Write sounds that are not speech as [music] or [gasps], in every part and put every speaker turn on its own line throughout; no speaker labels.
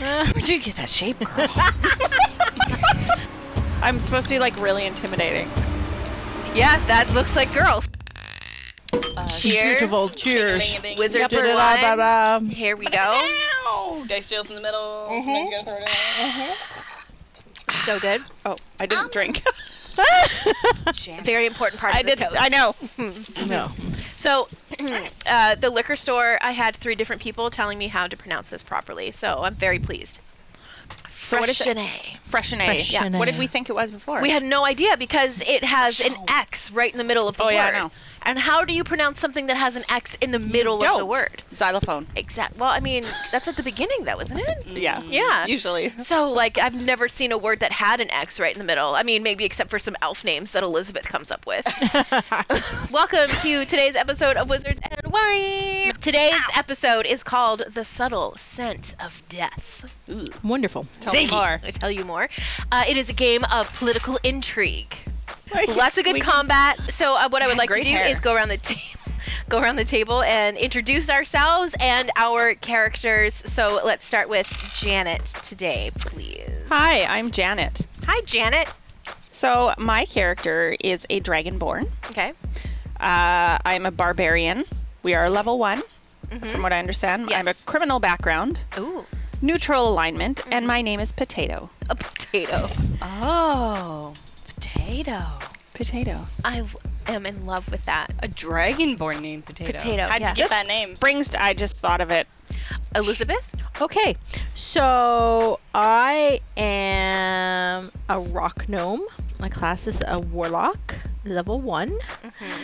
Uh, where'd you get that shape, girl?
I'm supposed to be like really intimidating.
Yeah, that looks like girls.
Uh,
Cheers.
Beautiful. Cheers.
Wizards
Da-
are
da- da- da-
alive.
da.
Here we go.
Ow! Dice deals in the middle.
Mm-hmm.
Somebody's gonna throw it in.
So good.
Oh, I didn't drink.
Very important part of
I
this
did.
toast.
I know.
No.
So, [clears throat] uh, the liquor store, I had three different people telling me how to pronounce this properly, so I'm very pleased.
So what is it? Freshenet.
Yeah.
What did we think it was before?
We had no idea because it has an X right in the middle of the
Oh,
word.
yeah, I know.
And how do you pronounce something that has an X in the middle of the
Don't.
word?
xylophone.
Exact. Well, I mean, that's at the beginning, though, isn't it?
Yeah.
Yeah.
Mm, Usually.
So, like, I've never seen a word that had an X right in the middle. I mean, maybe except for some elf names that Elizabeth comes up
[laughs]
with. Welcome to today's episode of Wizards and Wine. Today's episode is called The Subtle Scent of Death.
Wonderful.
Tell me more.
I tell you more. Uh, it is a game of political
[laughs]
intrigue.
Like,
Lots of good
we-
combat. So, uh, what I would like to
great
do
hair.
is go around the table. [laughs] Go around the table and introduce ourselves and our characters. So let's start with Janet today, please.
Hi, I'm Janet.
Hi, Janet.
So my character is a dragonborn.
Okay.
Uh, I'm a barbarian. We are level one, from what I understand. I have a
Mm-hmm. Yes.
criminal background,
Ooh,
neutral alignment,
Mm-hmm.
and my name is Potato.
a potato.
Oh, potato.
Potato.
I w- am in love with that.
A dragonborn named potato.
Potato.
How'd you
yeah.
get that
name?
Brings. I just thought of it.
Elizabeth?
Okay, so I am a rock gnome. My class is a warlock, level one.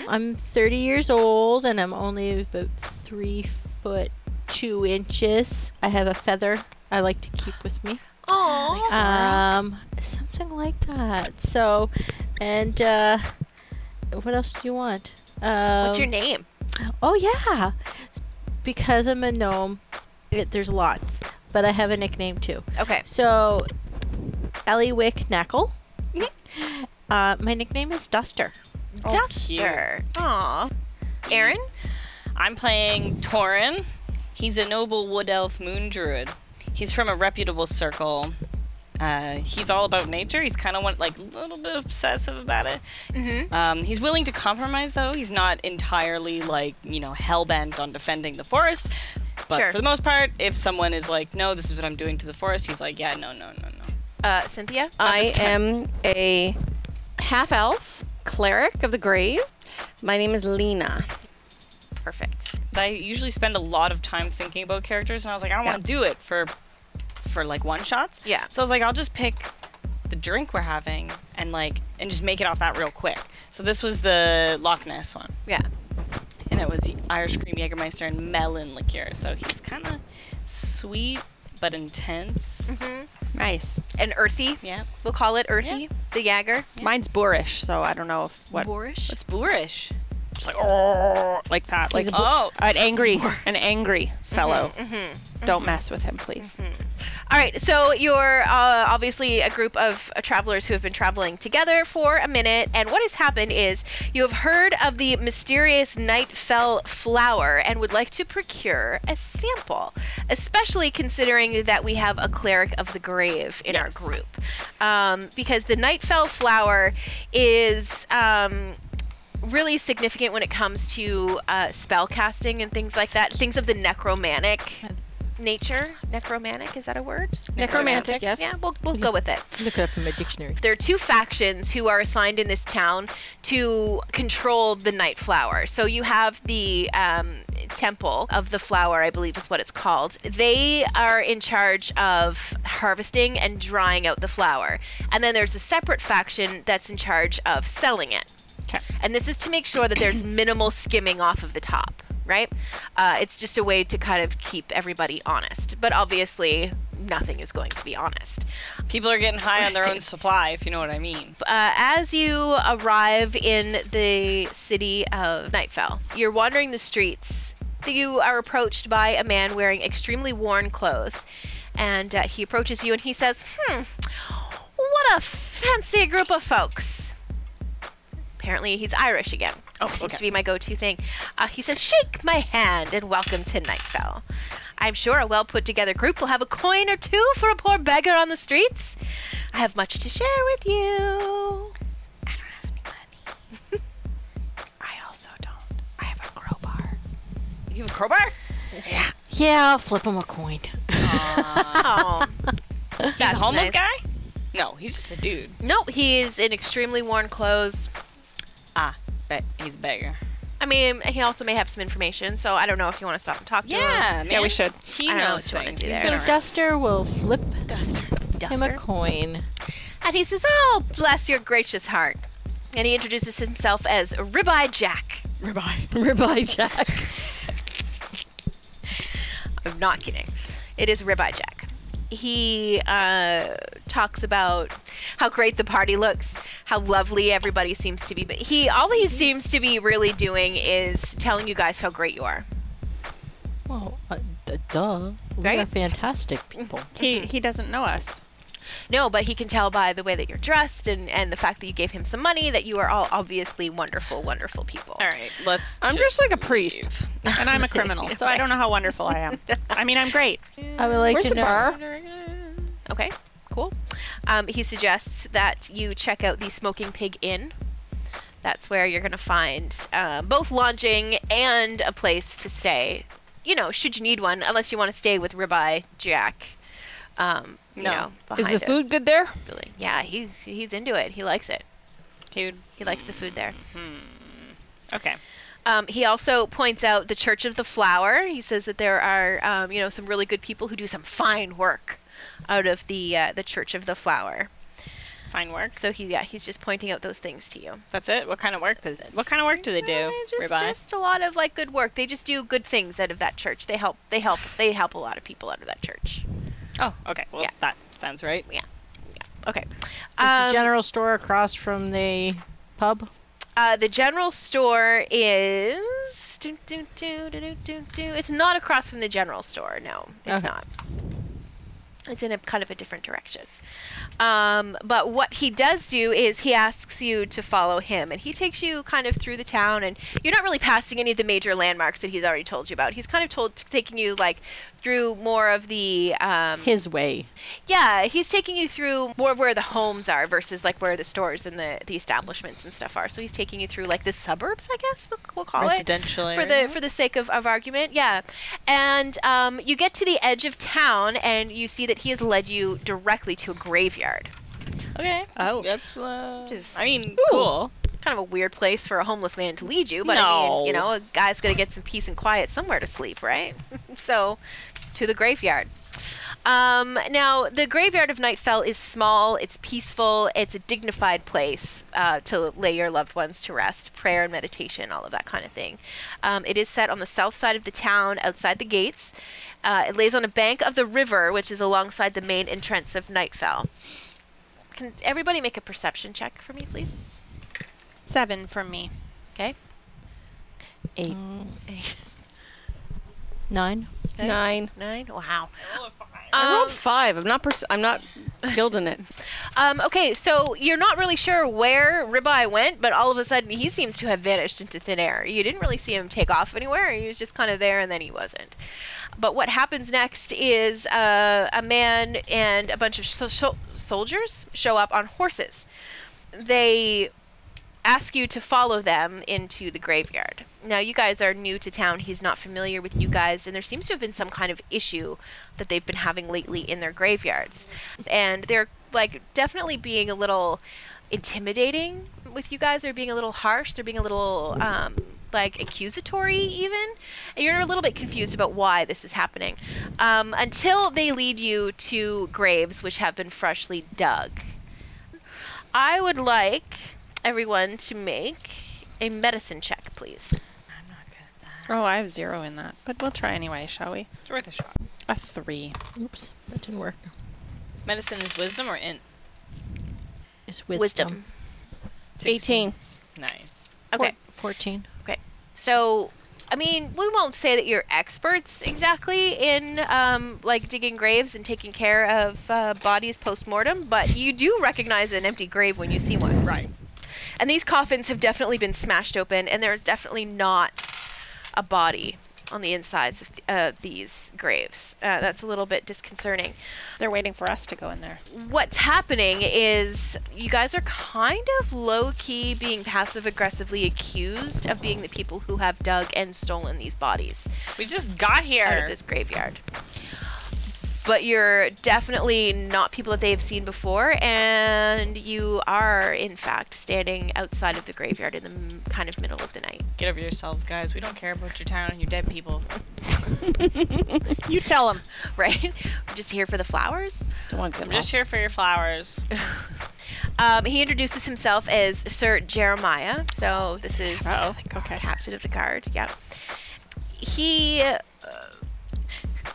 I'm 30 years old and I'm only about three foot two inches. I have a feather I like to keep with me.
Oh.
Um, something like that. So, and uh, what else do you want? Um,
What's your name?
Oh yeah, because I'm a gnome. It, there's lots, but I have a nickname too.
Okay.
So, Ellie Wick Knackle.
Mm-hmm.
Uh, my nickname is Duster.
Duster. Aw. Aaron?
I'm playing Torin. He's a noble wood elf moon druid. He's from a reputable circle. Uh, he's all about nature. He's kind of one, like a little bit obsessive about it.
Mhm.
Um, he's willing to compromise, though. He's not entirely like you know hell bent on defending the forest. But
Sure.
for the most part, if someone is like, "No, this is what I'm doing to the forest," he's like, "Yeah, no, no, no, no."
Uh, Cynthia?
I am a half elf cleric of the grave. My name is Lena.
Perfect.
I usually spend a lot of time thinking about characters, and I was like, I don't want to do it for for like one shots.
Yeah.
So I was like, I'll just pick the drink we're having and like and just make it off that real quick. So this was the Loch Ness one,
Yeah.
and it was Irish cream Jägermeister and melon liqueur. So he's kind of sweet but intense.
Nice.
And Earthy?
Yeah.
We'll call it Earthy,
Yeah.
the Jagger.
Mine's boorish, so I don't know if what.
Boorish?
It's boorish.
It's like oh, like that. Like
Like, oh,
an angry, an angry fellow. Don't mess with him, please.
All right, so you're uh, obviously a group of uh, travelers who have been traveling together for a minute, and what has happened is you have heard of the mysterious Nightfell flower and would like to procure a sample, especially considering that we have a cleric of the grave in our
Yes.
group, um, because the Nightfell flower is. Um, really significant when it comes to uh, spell casting and things like that things of the necromantic nature necromantic is that a word
Necromantic, yes.
yeah we'll, we'll go with it
Look it up in my dictionary.
there are two factions who are assigned in this town to control the night flower. So you have the um, temple of the flower, I believe is what it's called. They are in charge of harvesting and drying out the flower. And then there's a separate faction that's in charge of selling it.
Okay.
And this is to make sure that there's minimal skimming off of the top, right? Uh, it's just a way to kind of keep everybody honest. But obviously, nothing is going to be honest.
People are getting high on their own supply, if you know what I mean.
uh, as you arrive in the city of Nightfell, you're wandering the streets. You are approached by a man wearing extremely worn clothes, and uh, he approaches you and he says, "Hmm, what a fancy group of folks." Apparently, he's Irish again. Oh, seems
okay.
to be my go-to thing. Uh, he says, "Shake my hand and welcome to Nightfell. I'm sure a well put together group will have a coin or two for a poor beggar on the streets. I have much to share with you. [laughs]
I also don't. I have a crowbar.
You have a crowbar?
Yeah, I'll flip him a coin.
[laughs]
[laughs]
Oh.
He's a homeless
nice.
guy? No, he's just a dude.
No, he's in extremely worn clothes.
Ah, but he's a beggar.
I mean, he also may have some information, so I don't know if you want to stop and talk to him.
Yeah, man.
Yeah, we should.
He
I don't know
knows
what you wanna
things.
do
He's
there.
been
Your duster will flip
duster.
him a
Duster.
coin.
And he says, Oh, bless your gracious heart. And he introduces himself as Ribeye Jack. [laughs]
Ribeye Jack.
I'm not kidding. It is Ribeye Jack. He uh, talks about how great the party looks, how lovely everybody seems to be. But he, all he seems to be really doing is telling you guys how great you are.
Well, uh, d- duh. We
Right?
are fantastic people.
He he doesn't know us.
No, but he can tell by the way that you're dressed and, and the fact that you gave him some money that you are all obviously wonderful, wonderful people.
All right, let's.
[laughs]
I'm just like a priest. [laughs] And I'm a criminal, so I don't know how wonderful I am. I mean, I'm great.
I would like
Where's
to
the
know.
bar?
Okay, cool. Um, he suggests that you check out the Smoking Pig Inn. That's where you're going to find uh, both lodging and a place to stay. You know, should you need one, unless you want to stay with Ribeye Jack. Um, you
No.
know,
Is
behind
the
it,
food good there?
really. Yeah, he, he's into it. He likes it.
Dude.
He likes the food there.
Okay.
Um, he also points out the Church of the Flower. He says that there are, um, you know, some really good people who do some fine work out of the uh, the Church of the Flower.
Fine work.
So he, yeah, he's just pointing out those things to you.
That's it. What kind of work does? What kind of work do they do?
Uh, just,
Ribeye.
just a lot of like good work. They just do good things out of that church. They help. They help. They help a lot of people out of that church.
Oh, okay. Well,
Yeah.
that sounds right.
Okay.
Is
Um,
the general store across from the pub.
uh, the general store is. doo, doo, doo, doo, doo, doo, doo. It's not across from the general store. No, it's
Okay.
not. It's in a kind of a different direction. Um, but what he does do is he asks you to follow him, and he takes you kind of through the town, and you're not really passing any of the major landmarks that he's already told you about. He's kind of told taking you like through more of the um,
His way.
yeah, he's taking you through more of where the homes are versus like where the stores and the, the establishments and stuff are. So he's taking you through like the suburbs, I guess we'll, we'll call
Residential
it for the for the sake of, of argument. Yeah, and um, you get to the edge of town and you see that he has led you directly to a graveyard.
Okay.
Oh.
That's. Uh,
Just-
I mean, cool.
Kind of a weird place for a homeless man to lead you, but I mean, you
No.
know, a guy's gonna get some peace and quiet somewhere to sleep, right? [laughs] so, to the graveyard. Um, now, the graveyard of Nightfell is small, it's peaceful, it's a dignified place uh, to lay your loved ones to rest, prayer and meditation, all of that kind of thing. Um, it is set on the south side of the town, outside the gates. Uh, it lays on a bank of the river, which is alongside the main entrance of Nightfell. Can everybody make a perception check for me, please?
Seven from me.
Okay.
Oh, Eight. Nine.
Okay. Um,
Nine.
Nine. Wow.
I rolled five. I'm not. Pers- I'm not skilled
[laughs]
in it.
Um, okay, so you're not really sure where Ribeye went, but all of a sudden he seems to have vanished into thin air. You didn't really see him take off anywhere. He was just kind of there and then he wasn't. But what happens next is uh, a man and a bunch of so- so- soldiers show up on horses. They ask you to follow them into the graveyard. Now, you guys are new to town. He's not familiar with you guys, and there seems to have been some kind of issue that they've been having lately in their graveyards. And they're like definitely being a little intimidating with you guys. They're being a little harsh. They're being a little um, like accusatory, even. And you're a little bit confused about why this is happening um, until they lead you to graves which have been freshly dug. I would like everyone to make a medicine check, please.
I'm not good at that.
Oh, I have zero in that. But we'll try anyway, shall we?
It's worth a shot.
A three.
Oops, that didn't work.
Medicine is wisdom or int?
It's
Wisdom.
wisdom.
[laughs] Eighteen.
Nice.
Okay.
Four- Fourteen.
So, I mean, we won't say that you're experts exactly in um, like digging graves and taking care of uh, bodies post mortem, but you do recognize an empty grave when you see one.
Right.
And these coffins have definitely been smashed open, and there's definitely not a body on the insides of th- uh, these graves. Uh, that's a little bit disconcerting.
They're waiting for us to go in there.
What's happening is you guys are kind of low key being passive aggressively accused of being the people who have dug and stolen these bodies
We just got
out of
here.
this graveyard. But you're definitely not people that they have seen before, and you are, in fact, standing outside of the graveyard in the m- kind of middle of the night. [laughs]
Get over yourselves, guys. We don't care about your town and your dead people.
You tell them.
right? We're just here for the flowers. [laughs]
Don't want to
I'm just here for your flowers.
Um, he introduces himself as Sir Jeremiah. So this is
Oh, okay.
captain of the guard. Yep. He uh,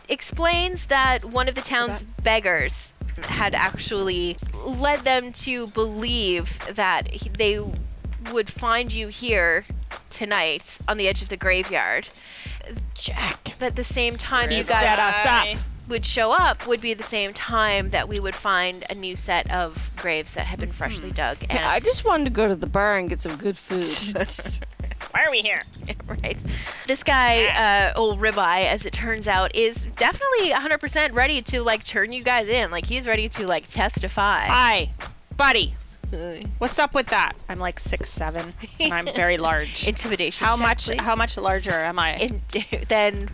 explains that one of the town's beggars had actually led them to believe that he- they would find you here tonight on the edge of the graveyard. Jack. At the same time, you guys
Set us up.
would show up would be the same time that we would find a new set of graves that had been
Mm-hmm.
freshly dug. And
I just wanted to go to the bar and get some good
[laughs]
food.
Why are we here?
right, this guy, uh, old Ribeye, as it turns out, is definitely 100% ready to like turn you guys in. Like he's ready to like testify. [laughs]
Hi, buddy. What's up with that? I'm like six seven, and I'm very [laughs] large.
Intimidation.
how
check,
much?
please.
How much larger am I?
In- [laughs] then.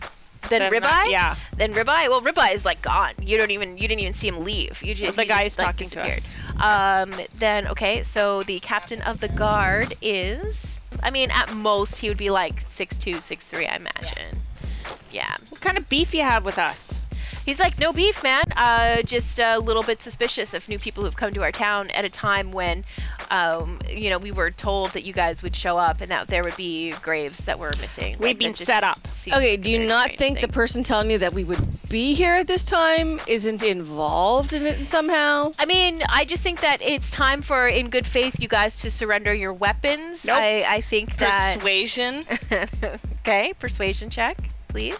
Then,
Then, uh,
ribeye,
yeah.
Then ribeye. Well, ribeye is like gone. You don't even you didn't even see him leave. You just
The
he
guy
just,
is
like,
talking to us.
disappeared. Um, then okay, so the captain of the guard is. I mean, at most he would be like six two, six three. I imagine. Yeah.
what kind of beef you have with us?
He's like, no beef, man. Uh, just a little bit suspicious of new people who've come to our town at a time when, um, you know, we were told that you guys would show up and that there would be graves that were missing.
We've
Like,
been
that just
set up.
seems
Okay,
like a
do you
very
not
strange
think the
thing.
person telling you that we would be here at this time isn't involved in it somehow?
I mean, I just think that it's time for, in good faith, you guys to surrender your weapons.
Nope.
I, I think that.
Persuasion.
[laughs] okay, persuasion check, please.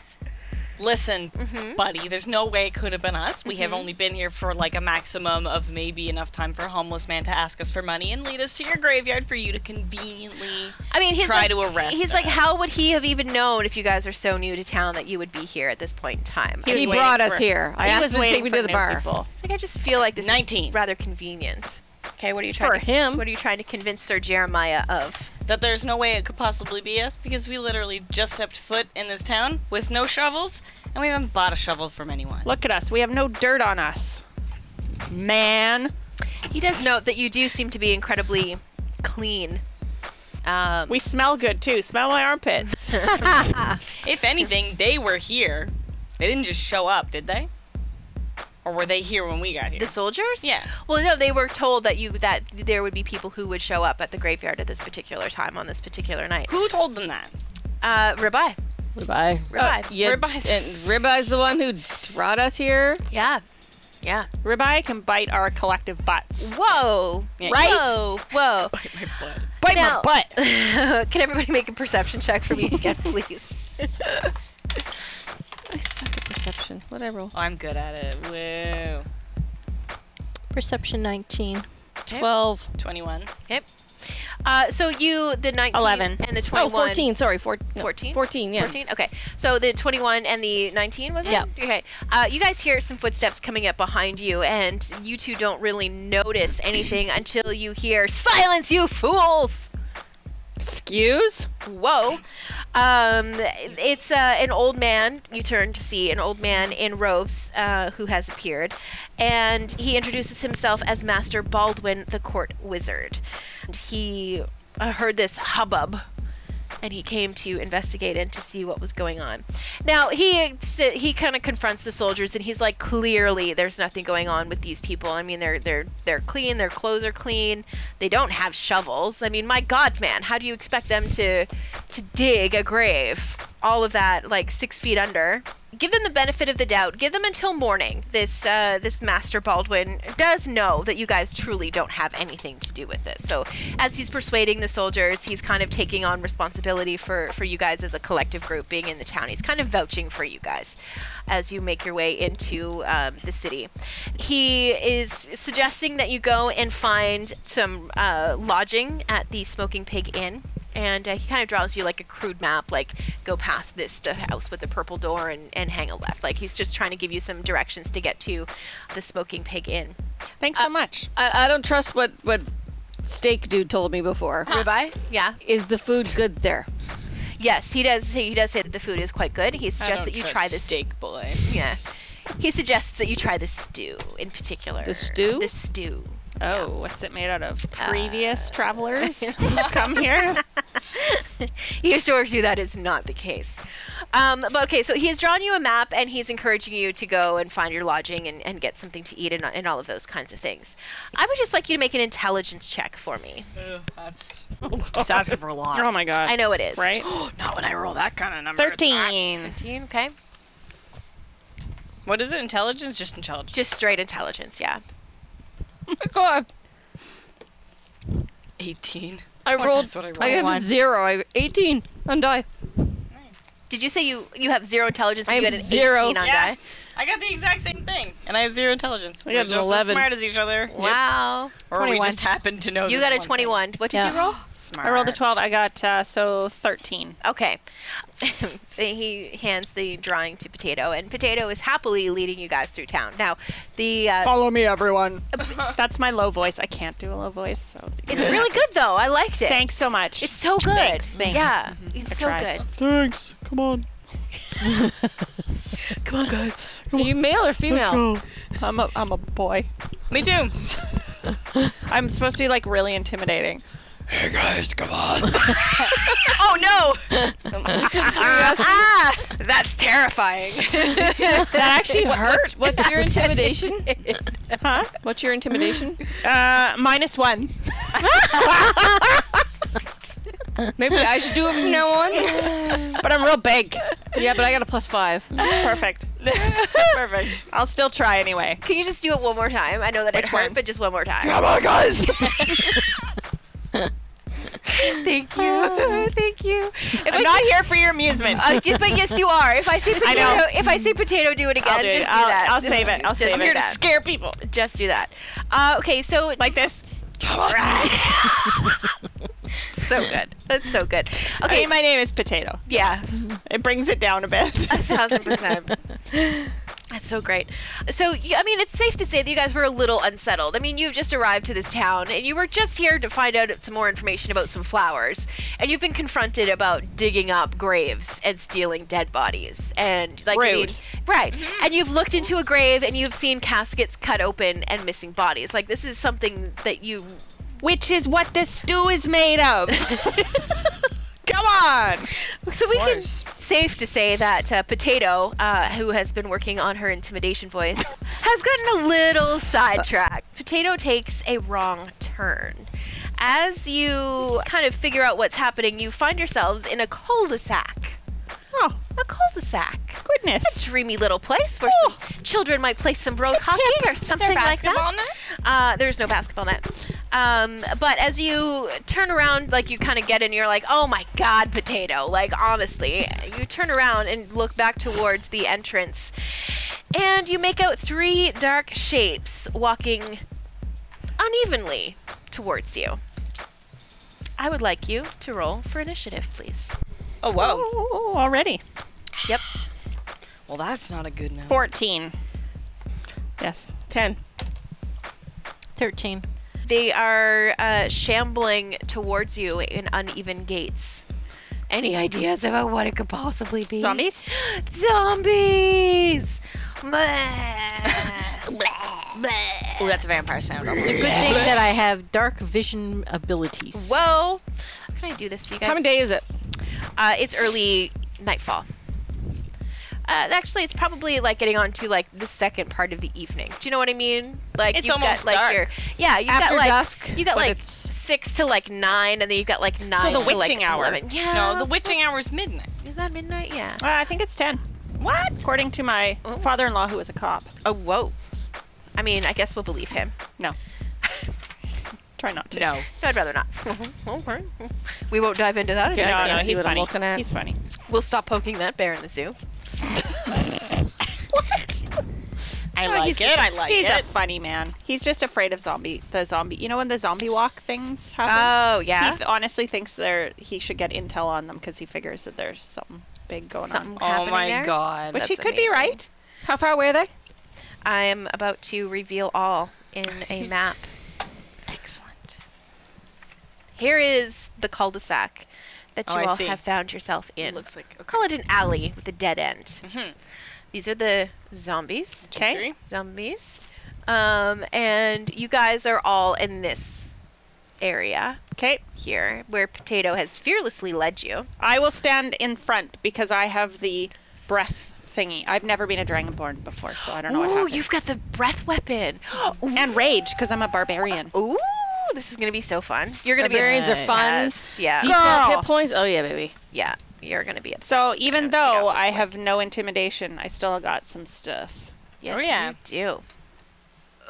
Listen, buddy, there's no way it could have been us. We have only been here for like a maximum of maybe enough time for a homeless man to ask us for money and lead us to your graveyard for you to conveniently.
I mean, he's
Try
like,
to arrest
He's like,
us.
how would he have even known if you guys are so new to town that you would be here at this point in time? I
He
mean,
brought
waiting
us
for-
here. I
He
asked
was
him to take
waiting
me
for
to the
new
bar.
people.
It's like I just feel like this is
19.
rather convenient. Okay, what are you trying
For
to,
him.
What are you trying to convince Sir Jeremiah of?
That there's no way it could possibly be us because we literally just stepped foot in this town with no shovels and we haven't bought a shovel from anyone.
Look at us. We have no dirt on us. Man.
He does note that you do seem to be incredibly clean. Um,
We smell good too. Smell my armpits.
If anything, they were here. They didn't just show up, did they? Or were they here when we got here?
the soldiers?
Yeah.
Well, no, they were told that you that there would be people who would show up at the graveyard at this particular time on this particular night.
Who told them that?
Uh, Ribeye.
Ribeye.
Ribeye.
Uh, yeah,
Ribeye's-
and Ribeye's the one who brought us here.
Yeah. Yeah.
Ribeye can bite our collective butts.
Whoa.
Yeah.
Right?
Whoa. Whoa.
My butt.
Bite my
Now-
butt.
[laughs] Can everybody make a perception check for me again, please? [laughs]
I suck at perception. What I roll?
Oh, I'm good at it. Woo.
Perception 19. [laughs]
Twelve.
21.
Yep. Uh, so you the 19
Eleven.
and the
Oh,
21
14. Sorry, four, no,
14?
14, yeah.
14? Okay. So the 21 and the 19 was it?
Yeah.
Okay. Uh, you guys hear some footsteps coming up behind you and you two don't really notice anything until you hear silence you fools.
Excuse?
Whoa. Um, it's uh, an old man. You turn to see an old man in robes uh, who has appeared. And he introduces himself as Master Baldwin, the court wizard. And he uh, heard this hubbub. And he came to investigate and to see what was going on. Now he he kind of confronts the soldiers, and he's like, clearly, there's nothing going on with these people. I mean, they're they're they're clean, their clothes are clean, they don't have shovels. I mean, my God, man, how do you expect them to to dig a grave? All of that, like six feet under. Give them the benefit of the doubt. Give them until morning. This uh, this Master Baldwin does know that you guys truly don't have anything to do with this. So, as he's persuading the soldiers, he's kind of taking on responsibility for for you guys as a collective group being in the town. He's kind of vouching for you guys as you make your way into um, the city. He is suggesting that you go and find some uh, lodging at the Smoking Pig Inn and uh, he kind of draws you like a crude map, like go past this the house with the purple door and, and hang a left. Like he's just trying to give you some directions to get to the Smoking Pig Inn.
Thanks so much.
I, I don't trust what what steak dude told me before.
Ribeye? Yeah.
Is the food good there?
Yes, he does. He does say that the food is quite good. He
I
suggests
don't
that you
trust
try this
steak boy.
Yeah. He suggests that you try the stew in particular.
The stew?
The stew.
Oh, what's it made out of? Uh, Previous [laughs] travelers who've come here.
he assures you that is not the case. Um, but okay, so he has drawn you a map and he's encouraging you to go and find your lodging and, and get something to eat and, and all of those kinds of things. I would just like you to make an intelligence check for me.
That's
It's asking for a lot. Oh my god.
I know it is.
Right?
[gasps] not when I roll that kind of number.
Thirteen.
15, Okay.
What is it? Intelligence? Just intelligence.
Just straight intelligence, yeah.
God. Eighteen.
I
Oh,
rolled.
that's what I rolled.
I have
One.
a zero. I eighteen on die.
Did you say you, you have zero intelligence? but
I
you
have
had an
zero.
18 on
Yeah.
die?
I got the exact same thing, and I have zero intelligence.
I got
We're
an
just
11.
as smart as each other.
Wow.
Or we
21.
just happen to know.
You
this
got a
Oh, one thing.
21. What did you
Yeah.
roll?
Smart.
I rolled a twelve. I got uh, so thirteen.
Okay. [laughs] he hands the drawing to Potato, and Potato is happily leading you guys through town. Now, the uh,
Follow me, everyone. [laughs] That's my low voice. I can't do a low voice. So
it's really good though. I liked it.
Thanks so much.
It's so good.
thanks. Mm-hmm.
Yeah, it's so
tried. [laughs]
good.
Thanks. Come on.
Are you male or
Let's
female?
go.
I'm a I'm a boy.
Me too.
I'm supposed to be like really intimidating.
Hey guys, come on.
[laughs] Oh
[laughs]
no! ah, that's terrifying. [laughs]
That actually hurt.
What's [laughs] your intimidation?
Huh?
What's your intimidation?
Uh, minus
[laughs]
one.
Maybe I should do it from now on.
[laughs] But I'm real big.
Yeah, but I got a plus five.
[laughs]
Perfect.
Perfect.
I'll still try anyway.
Can you just do it one more time? I know that it
Which
hurt,
one?
but just one more time.
Come on, guys.
[laughs]
[laughs] Thank you. [laughs] Thank you. If I
Oh. I'm not here for your amusement.
[laughs] Uh, y- but yes, you are. If
[laughs]
I say potato,
know.
if I say potato, do it again.
I'll do
just
it.
do that.
I'll, I'll
Just-
save it. I'll
just
save
do
it.
that.
scare people.
Just do that. Uh, okay, so
Like this.
so good. [laughs] That's so good.
Okay,
Okay,
my name is Potato.
yeah, [laughs]
It brings it down a bit.
a thousand percent. That's so great. So, you, I mean, it's safe to say that you guys were a little unsettled. I mean, you've just arrived to this town and you were just here to find out some more information about some flowers. And you've been confronted about digging up graves and stealing dead bodies. And, like, I mean-
Rude.
right. And you've looked into a grave and you've seen caskets cut open and missing bodies. Like, this is something that you
Which is what the stew is made of. [laughs] Come on.
So we can safe to say that uh, Potato, uh, who has been working on her intimidation
[laughs]
voice, has gotten a little sidetracked. Potato takes a wrong turn. As you kind of figure out what's happening, you find yourselves in a cul-de-sac.
Oh,
A cul-de-sac.
goodness.
Dreamy little place where some children might play some road hockey or something like that. Uh, there's no basketball net. Um, but as you turn around, like you kind of get in, you're like, oh my god, potato. Like, honestly, you turn around and look back towards the entrance, and you make out three dark shapes walking unevenly towards you. I would like you to roll for initiative, please.
Oh, whoa. already.
Yep.
Well, that's not a good note.
14. Yes. 10.
13.
They are uh, shambling towards you in uneven gates. Any ideas about what it could possibly be?
Zombies?
Zombies!
[laughs]
Bleh.
Oh, that's a vampire sound.
It's a good thing that I have dark vision abilities.
Whoa! How can I do this to you guys?
How many day is it?
Uh, it's early nightfall. Uh, actually, it's probably like getting on to like the second part of the evening. Do you know what I mean? Like
It's
you've
almost
got like
dark.
your yeah, you've
After
got like
dusk,
you got
but
like
it's-
six to like nine, and then you've got like nine.
the
to, like,
witching hour.
11. Yeah.
No, the witching hour is midnight.
Is that midnight? Yeah.
Uh, I think it's 10. What? According to my
Oh.
father in law, who is a cop.
Oh, whoa. I mean, I guess we'll believe him.
No. Try not to.
No.
No, I'd
[laughs]
rather not. okay. We won't dive into that.
Okay. I
No,
can't
no,
see
he's
what I'm
funny.
looking at.
He's funny. [laughs]
We'll stop poking that bear in the zoo.
I I
Oh,
like
he's-
it. I like
he's
it.
a funny man. He's just afraid of zombie. The zombie. You know when the zombie walk things happen.
Oh yeah.
He th- honestly thinks they're he should get intel on them because he figures that there's something big going
Something
oh
happening
my
there.
god.
on, which he
that's
could be
amazing.
right.
How far away are they?
I am about to reveal all in
[laughs]
a map.
Excellent.
Here is the cul-de-sac that you
Oh, I
all
see.
have found yourself in.
It looks like okay.
Call it an alley with a dead end.
Mhm.
These are the zombies.
Okay.
Three.
Zombies. Um, and you guys are all in this area
Okay.
here where Potato has fearlessly led you.
I will stand in front because I have the breath thingy. I've never been a dragonborn before, so I don't know what
Ooh,
happens.
you've got the breath
[gasps]
weapon.
and rage because I'm a barbarian.
Ooh, this is gonna be so fun. You're gonna
Barbarians
be
are fun.
obsessed. Yeah,
Detailed
Girl.
hit points. Oh yeah, baby.
yeah. You're gonna be obsessed.
So
with
even
Potato Tail
though
at
I
this point.
have no intimidation, I still got some stuff.
yes,
Oh, yeah.
you do.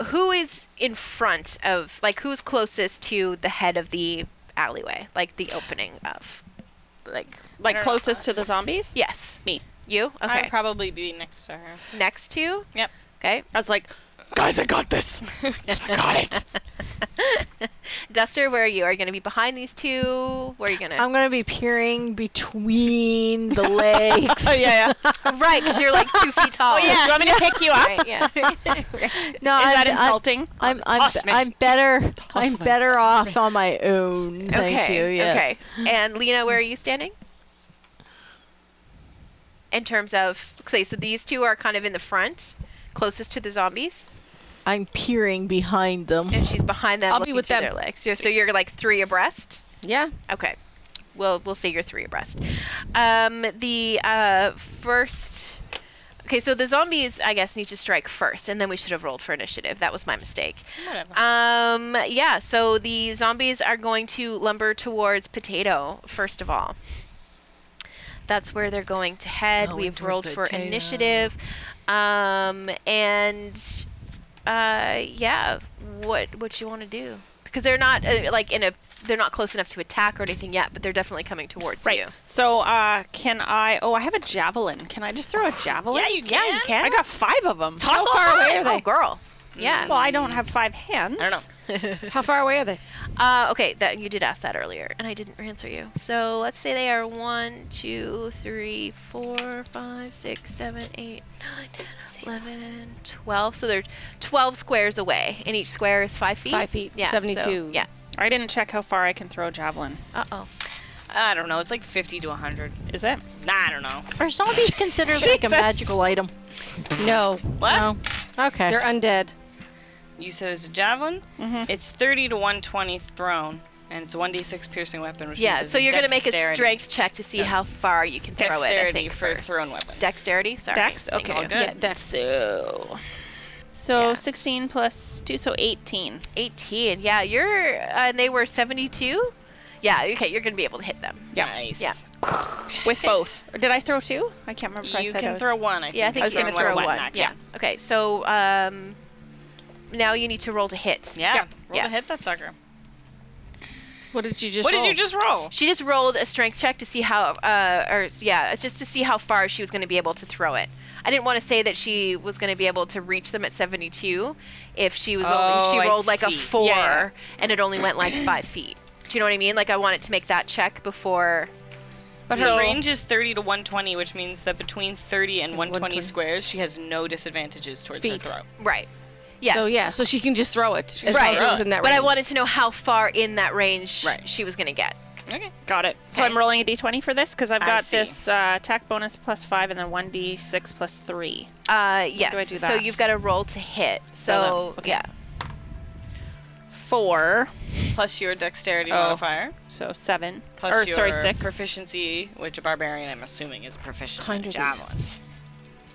Who is in front of like who's closest to the head of the alleyway, like the opening of, like
Like
Better
closest to the zombies?
yes,
Me.
you okay
I'd probably be next to her.
next to
Yep.
okay
I was like,
Guys, I got this. I got it.
[laughs] Duster, where are you? Are you gonna be behind these two? Where are you gonna?
I'm gonna be peering between the legs.
[laughs] oh yeah, yeah.
[laughs]
Oh, right, because you're like two feet tall.
Do you want me to pick you up? [laughs]
Right, yeah.
[laughs] No,
Is
I'm,
that
I'm-
uh,
insulting?
I'm I'm,
Toss me.
I'm better I'm
me.
better off on my own. Thank
okay.
you. Yes.
Okay. And Lena, where are you standing? In terms of okay, so these two are kind of in the front, closest to the zombies,
I'm peering behind
[laughs]
them.
and she's behind them
I'll be
looking
with
through
them.
their legs. Yeah, So you're like three abreast.
Yeah.
Okay. We'll we'll say you're three abreast. Um, the uh, first. Okay, so the zombies, I guess, need to strike first, and then we should have rolled for initiative. That was my mistake.
Whatever.
Um, yeah, so the zombies are going to lumber towards Potato, first of all. That's where they're going to head. We've rolled for initiative. Um, and uh, yeah, what what you want to do? Because they're not uh, like in a they're not close enough to attack or anything yet, but they're definitely coming towards
Right.
you.
So uh, can I? Oh, I have a javelin. Can I just throw a javelin?
[sighs] yeah, you can.
Yeah, you can.
I got five of them.
Toss all five.
Oh, girl.
Mm.
Yeah.
Well, I don't have five hands.
I don't know.
How far away are they?
Uh, okay, that you did ask that earlier, and I didn't answer you. So let's say they are one, two, three, four, five, six, seven, eight, nine, 10, 11, 12. So they're 12 squares away, and each square is 5 feet?
Five feet,
Yeah, so-
72.
yeah.
I didn't check how far I can throw a javelin.
Uh-oh.
I don't know. It's like 50 to 100.
Is it?
Nah, I don't know.
Are zombies considered like a
Jesus.
magical item?
No,
What?
No. Okay.
uh,
they're undead.
You said it's a javelin.
Mm-hmm.
It's 30 to 120 thrown, and it's a 1d6 piercing weapon. Which
Yeah,
means it's
so you're going to make a
dexterity-
strength check to see how far you can throw it, I
dexterity
think,
for
first.
thrown weapon.
Dexterity? Sorry.
Dex.
Thank
Okay.
you.
good.
Yeah, that's
So. So
Yeah.
16 plus 2, so 18.
18. Yeah, you're... Uh, and they were 72? Yeah, okay, you're going to be able to hit them.
Yeah.
Nice.
Yeah.
With both. Or did I throw two? I can't remember if I
You
said I
can
was-
throw one. I think.
Yeah, I think
I was
you
gonna
can throw one.
action.
Yeah. Okay, so um, now you need to roll to hit.
Yeah.
Yep.
Roll
Yeah.
to hit that sucker.
What did you just?
what did
roll?
you just roll?
She just rolled a strength check to see how, uh, or yeah, just to see how far she was going to be able to throw it. I didn't want to say that she was going to be able to reach them at 72 if she was
Oh,
only if
I
she rolled like a
see. Yeah,
four
yeah.
and it only went like five feet. Do you know what I mean? Like I wanted to make that check before.
But
So-
her range is 30 to 120, which means that between 30 and 120,
120.
squares, she has no disadvantages towards
Feet.
her throw.
Right. Yes.
So yeah, so she can just throw it.
can
as long
throw
as
it.
it's within that
But I
range.
wanted to know how far in that range
Right.
she was going to get.
Okay.
Got it. So
Okay.
I'm rolling a d20 for this because I've
I
got
see.
this uh, attack bonus plus 5 and then 1d6 plus 3.
Uh, yes.
do I do
So
that?
you've got to roll to hit.
Roll
So
them. Okay.
yeah.
4,
Plus your dexterity
Oh.
modifier.
so 7.
Plus
or
your
sorry, 6.
proficiency, which a barbarian, I'm assuming, is proficient in
Hundred
javelin.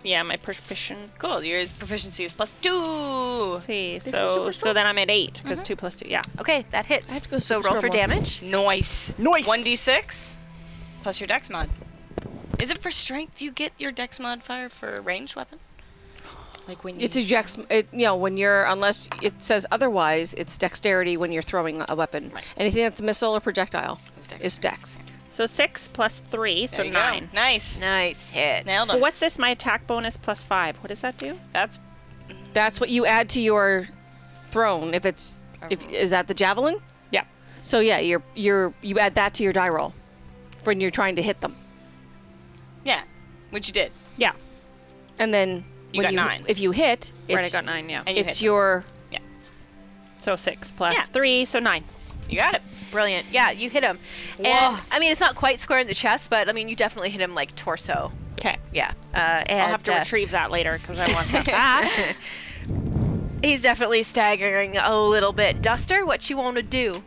yeah, my proficient.
Cool. Your proficiency is plus two.
See, so so then I'm at 8
Mm-hmm.
because 2 plus 2. Yeah.
Okay, that hits.
have to go
so
super
roll for
scrub
damage.
Noise.
Nice.
One d six, plus your dex mod. Is it for strength? You get your dex modifier for a ranged weapon. Like when you.
It's a dex. It, you know, when you're unless it says otherwise, it's dexterity when you're throwing a weapon. Anything that's missile or projectile
It's
is dex.
So 6 plus 3,
There
so
you go.
9.
Nice.
Nice hit.
Nailed
But
it.
what's this? My attack bonus plus 5. What does that do?
That's.
That's what you add to your throne. If it's if is that the javelin?
Yeah.
So yeah, you're you're you add that to your die roll when you're trying to hit them,
Yeah, which you did.
Yeah.
and then
You got
when
nine.
If you hit, it's,
right, I got nine, yeah.
And you hit
it's
them.
your
So six plus
Yeah.
three, so nine.
You got it.
Brilliant. Yeah, you hit him. And I mean, it's not quite square in the chest, but I mean, you definitely hit him like torso.
Okay.
Yeah. Uh, and,
I'll have to
uh, ah.
retrieve that later because I want that
[laughs]
back. [laughs]
He's definitely staggering a little bit. Duster, what you want to do?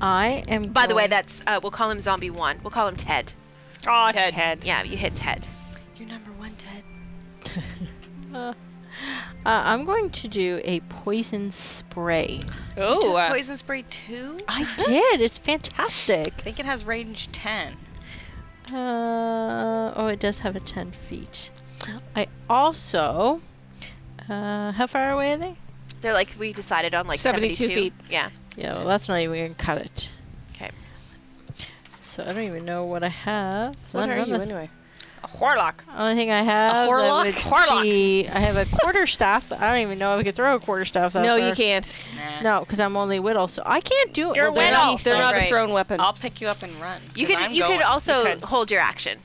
I am.
By the
[laughs]
way,
going-
that's uh, we'll call him Zombie One. We'll call him Ted.
Oh,
Ted.
Ted.
Yeah, you hit Ted.
You're number one, Ted.
uh, I'm going to do a poison spray.
Oh, uh, I
poison spray two.
I did. It's fantastic.
think it has range ten.
Uh, oh, it does have a 10 feet. I also. Uh, how far away are they?
They're like we decided on like
72 feet.
Yeah.
Yeah, well, that's not even going to cut it.
'Kay.
So I don't even know what I have.
what
None
are
of
you
the-
anyway?
A warlock.
Only thing I have. that
horlock?
would
Horlock.
be- I have a quarter staff, but I don't even know if I could throw a quarter staff. that
No,
far.
you can't.
Nah.
No, because I'm only whittle, so I can't do
You're
well, they're
a whittle.
not-
They're not
Right.
a thrown weapon.
I'll pick you up and run.
You
'cause
could
I'm
you
going.
could also
could.
hold your action.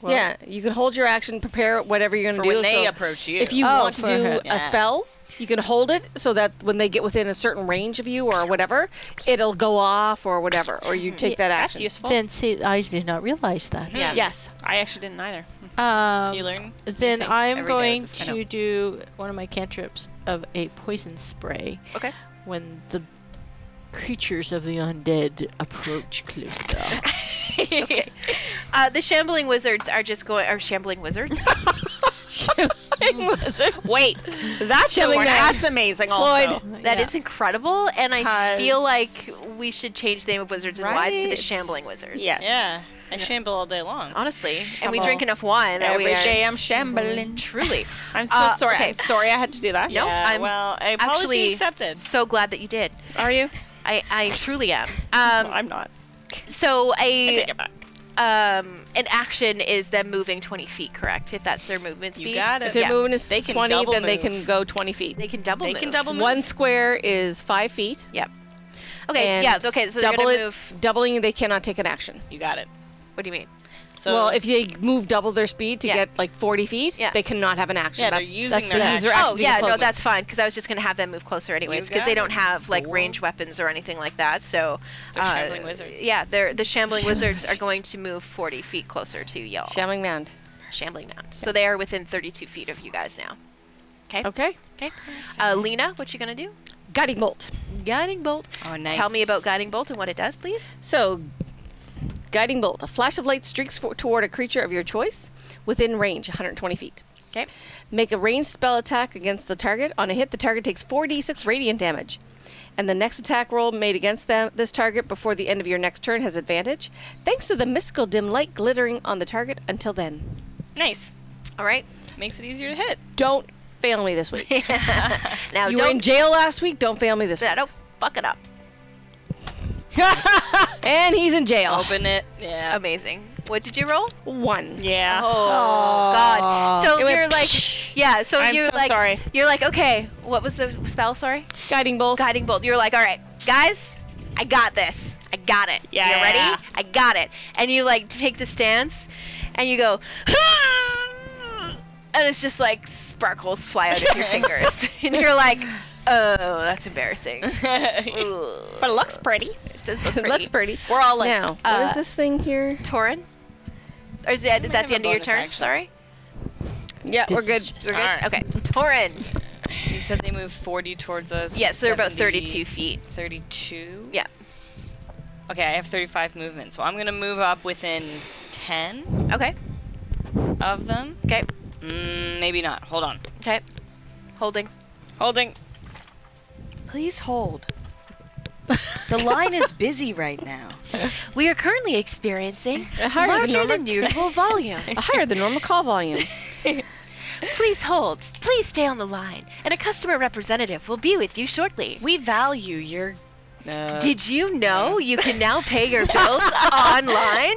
well-
yeah, you can hold your action, prepare whatever you're
for when
going to do.
they
so
approach you.
if you
Oh,
want to
for
do
her.
Yeah.
a spell, you can hold it so that when they get within a certain range of you or whatever, it'll go off or whatever, or you take that
That's
action.
useful.
Then see, I did not realize that.
Yeah.
Yes.
I actually didn't either.
Um,
you learn. new
Then
things
I'm
every day
going
with this kind
to
of-
do one of my cantrips of a poison spray.
Okay.
When the creatures of the undead approach [laughs] closer.
Uh, the shambling wizards are just going. Are shambling wizards?
[laughs] Wait, that's the
Killing
one.
them.
That's amazing. Also,
Floyd.
That is incredible, and I feel like
'Cause-
we should change the name of Wizards and Wives to the
Right.
Shambling Wizards.
Yes.
Yeah, I shamble all day long.
honestly, and we
Shamble.
drink enough wine that
every
we are
day I'm shambling.
truly.
I'm so
Uh,
sorry.
okay.
I'm sorry I had to do that.
No,
yeah,
I'm s-
well, I apology
actually
accepted.
so glad that you did.
Are you?
I, I truly am.
No,
Um,
I'm not.
so
I
a
take it back.
um, an action is them moving 20 feet, correct? If that's their movement speed.
You got
If
it.
they're
Yeah.
moving is
They can
20, then
double
they
move.
can go 20 feet.
They can double.
They
move.
can double move.
One square is five feet.
Yep. Okay.
and
yeah. Okay. So they're
double
gonna
it-
move.
Doubling, they cannot take an action.
You got it.
What do you mean?
So
well, if they move double their speed to
Yeah.
get like 40 feet,
Yeah.
they cannot have an action.
Yeah, they're
that's,
using
that's
their
the
action.
user action
Oh
to get
yeah, no,
closer.
that's fine because I was just gonna have them move closer anyways because
got
they
it,
don't have like range weapons or anything like that. So uh,
They're shambling wizards.
Yeah, they're the shambling wizards are going to move forty feet closer to y'all.
Shambling Mound.
shambling down. So they are within thirty-two feet of you guys now. Okay.
Okay.
Okay. Uh, Lena, what you gonna do?
Guiding Bolt.
Guiding bolt.
oh, nice.
Tell me about guiding bolt and what it does, please.
So, guiding bolt. A flash of light streaks for, toward a creature of your choice within range, 120 feet.
Okay.
Make a ranged spell attack against the target. On a hit, the target takes 4d6 radiant damage. And the next attack roll made against them, this target before the end of your next turn has advantage, thanks to the mystical dim light glittering on the target until then.
Nice.
All right. [laughs]
Makes it easier to hit.
Don't fail me this week.
Now
you were in
don't
jail last week, don't fail me this
now
week.
don't fuck it up.
And he's in jail.
Open it. Yeah.
Amazing. What did you roll?
One.
Yeah.
[laughs]
Oh God! So
It went
you're like, yeah. So
I'm
you're
so
like,
sorry.
you're like, okay, what was the spell? Sorry,
Guiding bolt.
guiding bolt. You're like, all right, guys, I got this. I got it.
Yeah,
You
yeah,
ready?
yeah.
I got it. And you like take the stance, and you go, [gasps] and it's just like sparkles fly out
[laughs]
of your fingers, [laughs] and you're like, oh,
[laughs]
that's embarrassing. Ooh,
But it looks pretty.
it does look pretty.
That's pretty.
We're all like.
now, what
uh,
is this thing here?
Torin. Or is that, is that
have
the
a
end of your
bonus
turn?
action.
Sorry,
Yeah, we're good.
we're good.
Alright.
Okay, Torin.
You said they moved 40 towards us.
Yes, they're about
70,
32 feet.
32?
Yeah.
Okay, I have 35 movement, so I'm going to move up within 10
Okay.
of them.
Okay.
Mm, maybe not. Hold on.
Okay. Holding.
Holding.
Please hold. The line is busy right now.
We are currently experiencing
higher than
larger
normal-
than usual volume.
A [laughs] higher than normal call volume.
Please hold. Please stay on the line, and a customer representative will be with you shortly.
We value your.
uh,
Did you know you can now pay your bills online?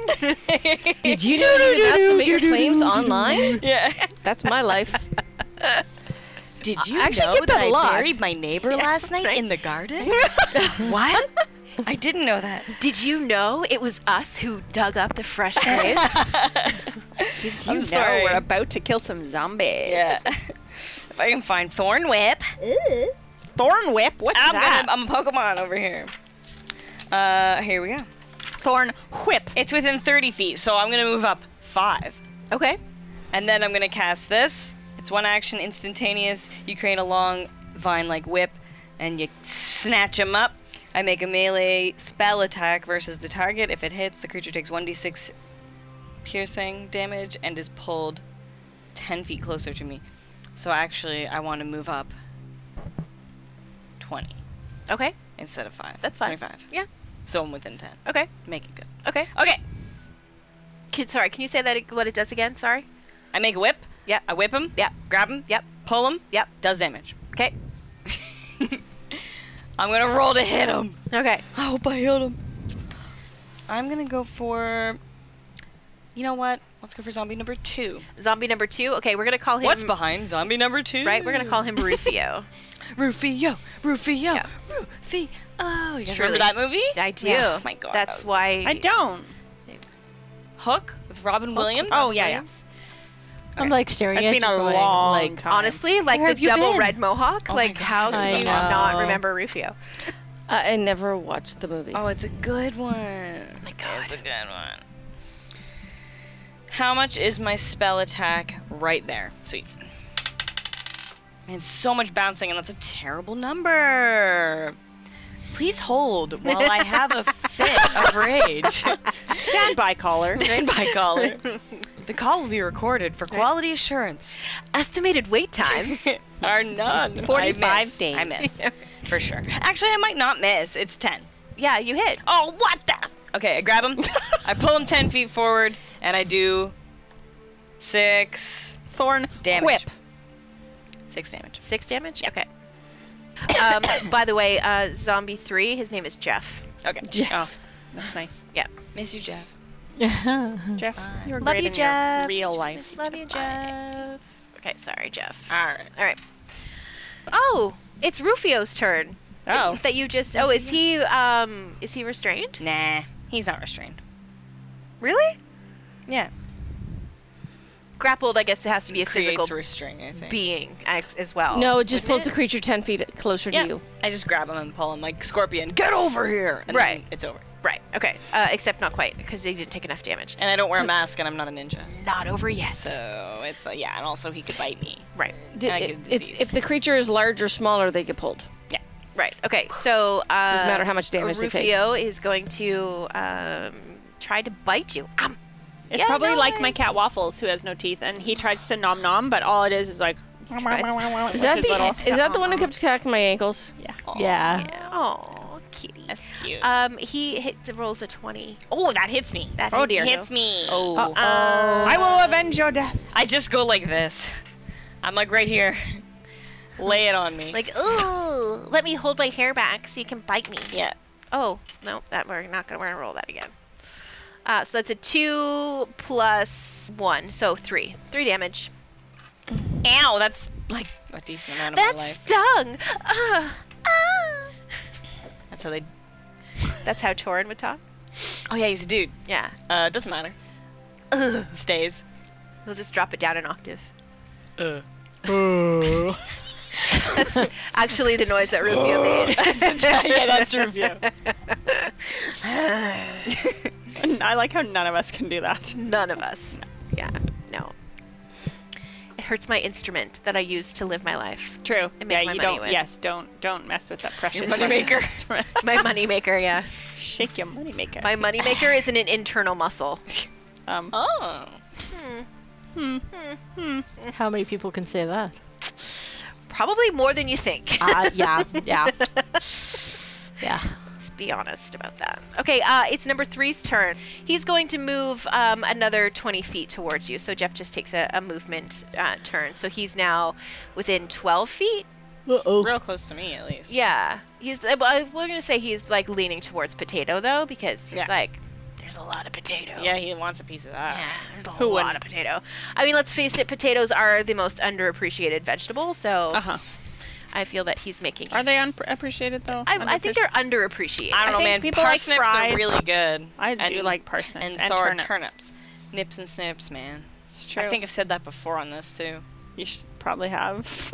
[laughs]
Did you know you can now submit your claims online?
Yeah.
That's my life.
Did you
actually
know
get that
that
a
I
lot.
buried my neighbor last night in the garden? what? I didn't know that.
Did you know it was us who dug up the fresh graves?
[laughs]
Did you know
sorry.
we're about to kill some zombies?
Yeah. [laughs] if I can find Thorn Whip.
Thorn whip. What's
I'm,
that?
gonna, I'm a Pokemon over here. Uh, here we go.
Thorn whip.
It's within 30 feet, so I'm gonna move up five.
okay.
And then I'm gonna cast this. It's one action, instantaneous. You create a long vine-like whip, and you snatch him up. I make a melee spell attack versus the target. If it hits, the creature takes 1d6 piercing damage and is pulled 10 feet closer to me. So actually, I want to move up 20
Okay.
instead of five.
That's fine.
25.
Yeah.
So I'm within 10.
Okay.
Make it good.
Okay.
Okay.
Can, sorry. Can you say that ag- what it does again? Sorry.
I make a whip.
Yep.
I whip him.
Yep.
Grab him.
Yep.
Pull him.
Yep.
Does damage.
Okay.
I'm gonna roll to hit him.
Okay.
I hope I hit him. I'm gonna go for. You know what? Let's go for zombie number two.
Zombie number two. Okay, we're gonna call him.
What's behind zombie number two?
Right, we're gonna call him Rufio.
Rufio. Rufio.
Yeah.
Rufio. Oh, you guys
Truly.
remember that movie?
I do.
Yeah. Oh my God, that
That's
was-
why.
I don't.
Hook with Robin Williams.
Oh yeah, yeah.
I'm like staring
It's
at
been
you
a
going,
long
like,
time.
Honestly, like
Where
the
have you
double
been?
red mohawk.
my
like, how
God,
it
do
was
you
awesome.
not
know.
remember Rufio?
I I never watched the movie.
Oh, it's a good one. Oh my
God.
It's a good one. How much is my spell attack right there? Sweet. And so much bouncing, and that's a terrible number. Please hold while I have [laughs] a fit of rage.
Stand by, caller.
Stand by, caller. [laughs] The call will be recorded for quality assurance.
[laughs] Estimated wait times.
Are none.
45
days.
days.
[laughs] I miss. For sure. Actually, I might not miss. It's 10.
[laughs] yeah, you hit.
Oh, what the? Okay, I grab [laughs] him. I pull him 10 feet forward, and I do six
Thorn
damage.
whip.
Six damage.
Six damage. Okay. um, [coughs] by the way, uh, zombie three. His name is Jeff.
Okay.
Oh, that's nice.
Yeah.
Miss you, Jeff.
Jeff, you're
Love
great
you,
in your
Uh, Jeff.
real life.
Love you, Jeff. Okay, sorry, Jeff.
All right.
All right. Oh, it's Rufio's turn.
Oh.
[laughs] That you just. Oh, is he? Um, is he restrained?
Nah, he's not restrained.
Really?
Yeah.
Grappled, I guess it has to be a physical
Creates restraint, I think.
being ac- as well.
No, it just pulls the creature 10 feet closer
yeah.
to you.
I just grab him and pull him like scorpion. Get over here. And
Right.
then It's over.
Right. Okay. Uh, except not quite, because they didn't take enough damage.
And I don't wear a mask, and I'm not a ninja.
Not over yet.
So it's uh, yeah, and also he could bite me.
Right.
D-
I get a
it's,
disease.
if the creature is large or smaller, they get pulled.
Yeah.
Right. Okay. So uh,
Doesn't matter how much damage they
Rufio
take.
is going to um, try to bite you. Um,
It's
Yeah,
probably
no,
like
I-
my cat Waffles, who has no teeth, and he tries to nom nom, but all it is is like.
Is that the is that the one who kept attacking my ankles?
Yeah. Aw,
[laughs]
Uh.
yeah.
oh, kitty.
That's cute.
Um, he hits rolls a twenty.
oh, that hits me.
That
oh
hits
dear.
you.
Hits me. Uh,
Oh.
Oh. Um,
I will avenge your death.
I just go like this. I'm like right here.
[laughs]
Lay it on me.
Like, ooh, let me hold my hair back so you can bite me.
yeah.
Oh no, that we're not gonna we're gonna roll that again. Uh, so that's a two plus one, so three, three damage.
Ow, that's like a decent amount of
That
my life.
stung. Ah, ah.
That's how they.
That's how Torin would talk.
Oh yeah, he's a dude.
Yeah,
Uh, doesn't matter.
Ugh.
Stays.
he'll just drop it down an octave.
Uh.
[laughs]
Oh.
That's actually the noise that Rufio made.
[laughs] yeah, that's a review.
[laughs] I like how none of us can do that.
[laughs] None of us. Yeah, no. It hurts my instrument that I use to live my life.
True.
And make
Yeah,
my
you
money
don't.
with.
Yes, don't don't mess with that precious
money
precious
maker. [laughs]
instrument.
My moneymaker, yeah.
Shake your money maker.
My moneymaker isn't an internal muscle.
um,
Oh.
How many people can say that?
Probably more than you think.
Uh, yeah,
[laughs]
yeah, yeah.
Let's be honest about that. Okay, uh, it's number three's turn. He's going to move um, another 20 feet towards you. So Jeff just takes a, a movement uh, turn. So he's now within 12 feet.
Real close to me, at least.
Yeah, he's. Uh, well, we're gonna say he's like leaning towards potato though, because he's
Yeah.
like, There's a lot of potato.
Yeah, he wants a piece of that.
Yeah, there's a
Who
lot
wouldn't?
of potato. I mean, let's face it, potatoes are the most underappreciated vegetable, so
Uh
Uh-huh.
huh.
I feel that he's making.
Are they unappreciated though?
I, I
Underappreciated?
think they're underappreciated.
I don't know,
think
man.
people like
parsnips
fries.
are really good.
I do
And-
like parsnips
and,
and
so
turnips.
are turnips. Nips and snips, man.
It's true.
I think I've said that before on this too.
you should probably have.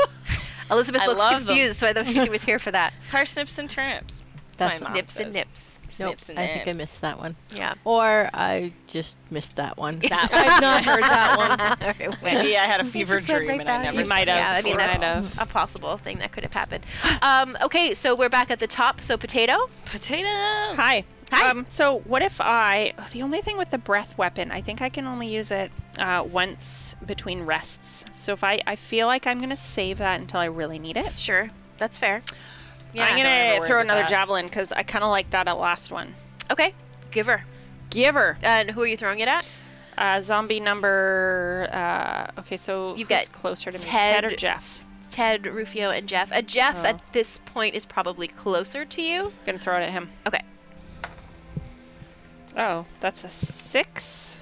Elizabeth
I
looks
love them.
confused, so I don't think she was here for
[laughs]
that.
Parsnips and turnips.
That's
my mom
nips and
says.
nips.
Nope,
Snips and
I think I
nips.
missed that one.
Yeah.
Or I just missed that one.
That
I've not heard that
[laughs]
one.
one.
Maybe I had a fever
just went
dream
right
and I
back.
never.
You
said
might
it.
have.
Yeah, I mean [laughs]
Might
that's a possible thing that could have happened. Um, okay, so we're back at the top. So potato.
[laughs]
Potato.
Hi.
Hi.
Um, so what if I? oh, the only thing with the breath weapon, I think I can only use it uh, once between rests. So if I, I feel like I'm gonna save that until I really need it.
Sure, that's fair. Yeah.
I'm
ever
gonna
worry
throw
about
another
that.
javelin because I kind of like that at last one.
okay, give her.
Giver.
And who are you throwing it at?
Uh, zombie number. Uh, okay, so
You've
who's
got
closer to me,
Ted.
Ted or Jeff?
Ted, Rufio, and Jeff. A Jeff
Oh.
at this point is probably closer to you.
Gonna throw it at him.
Okay.
Oh, that's a six.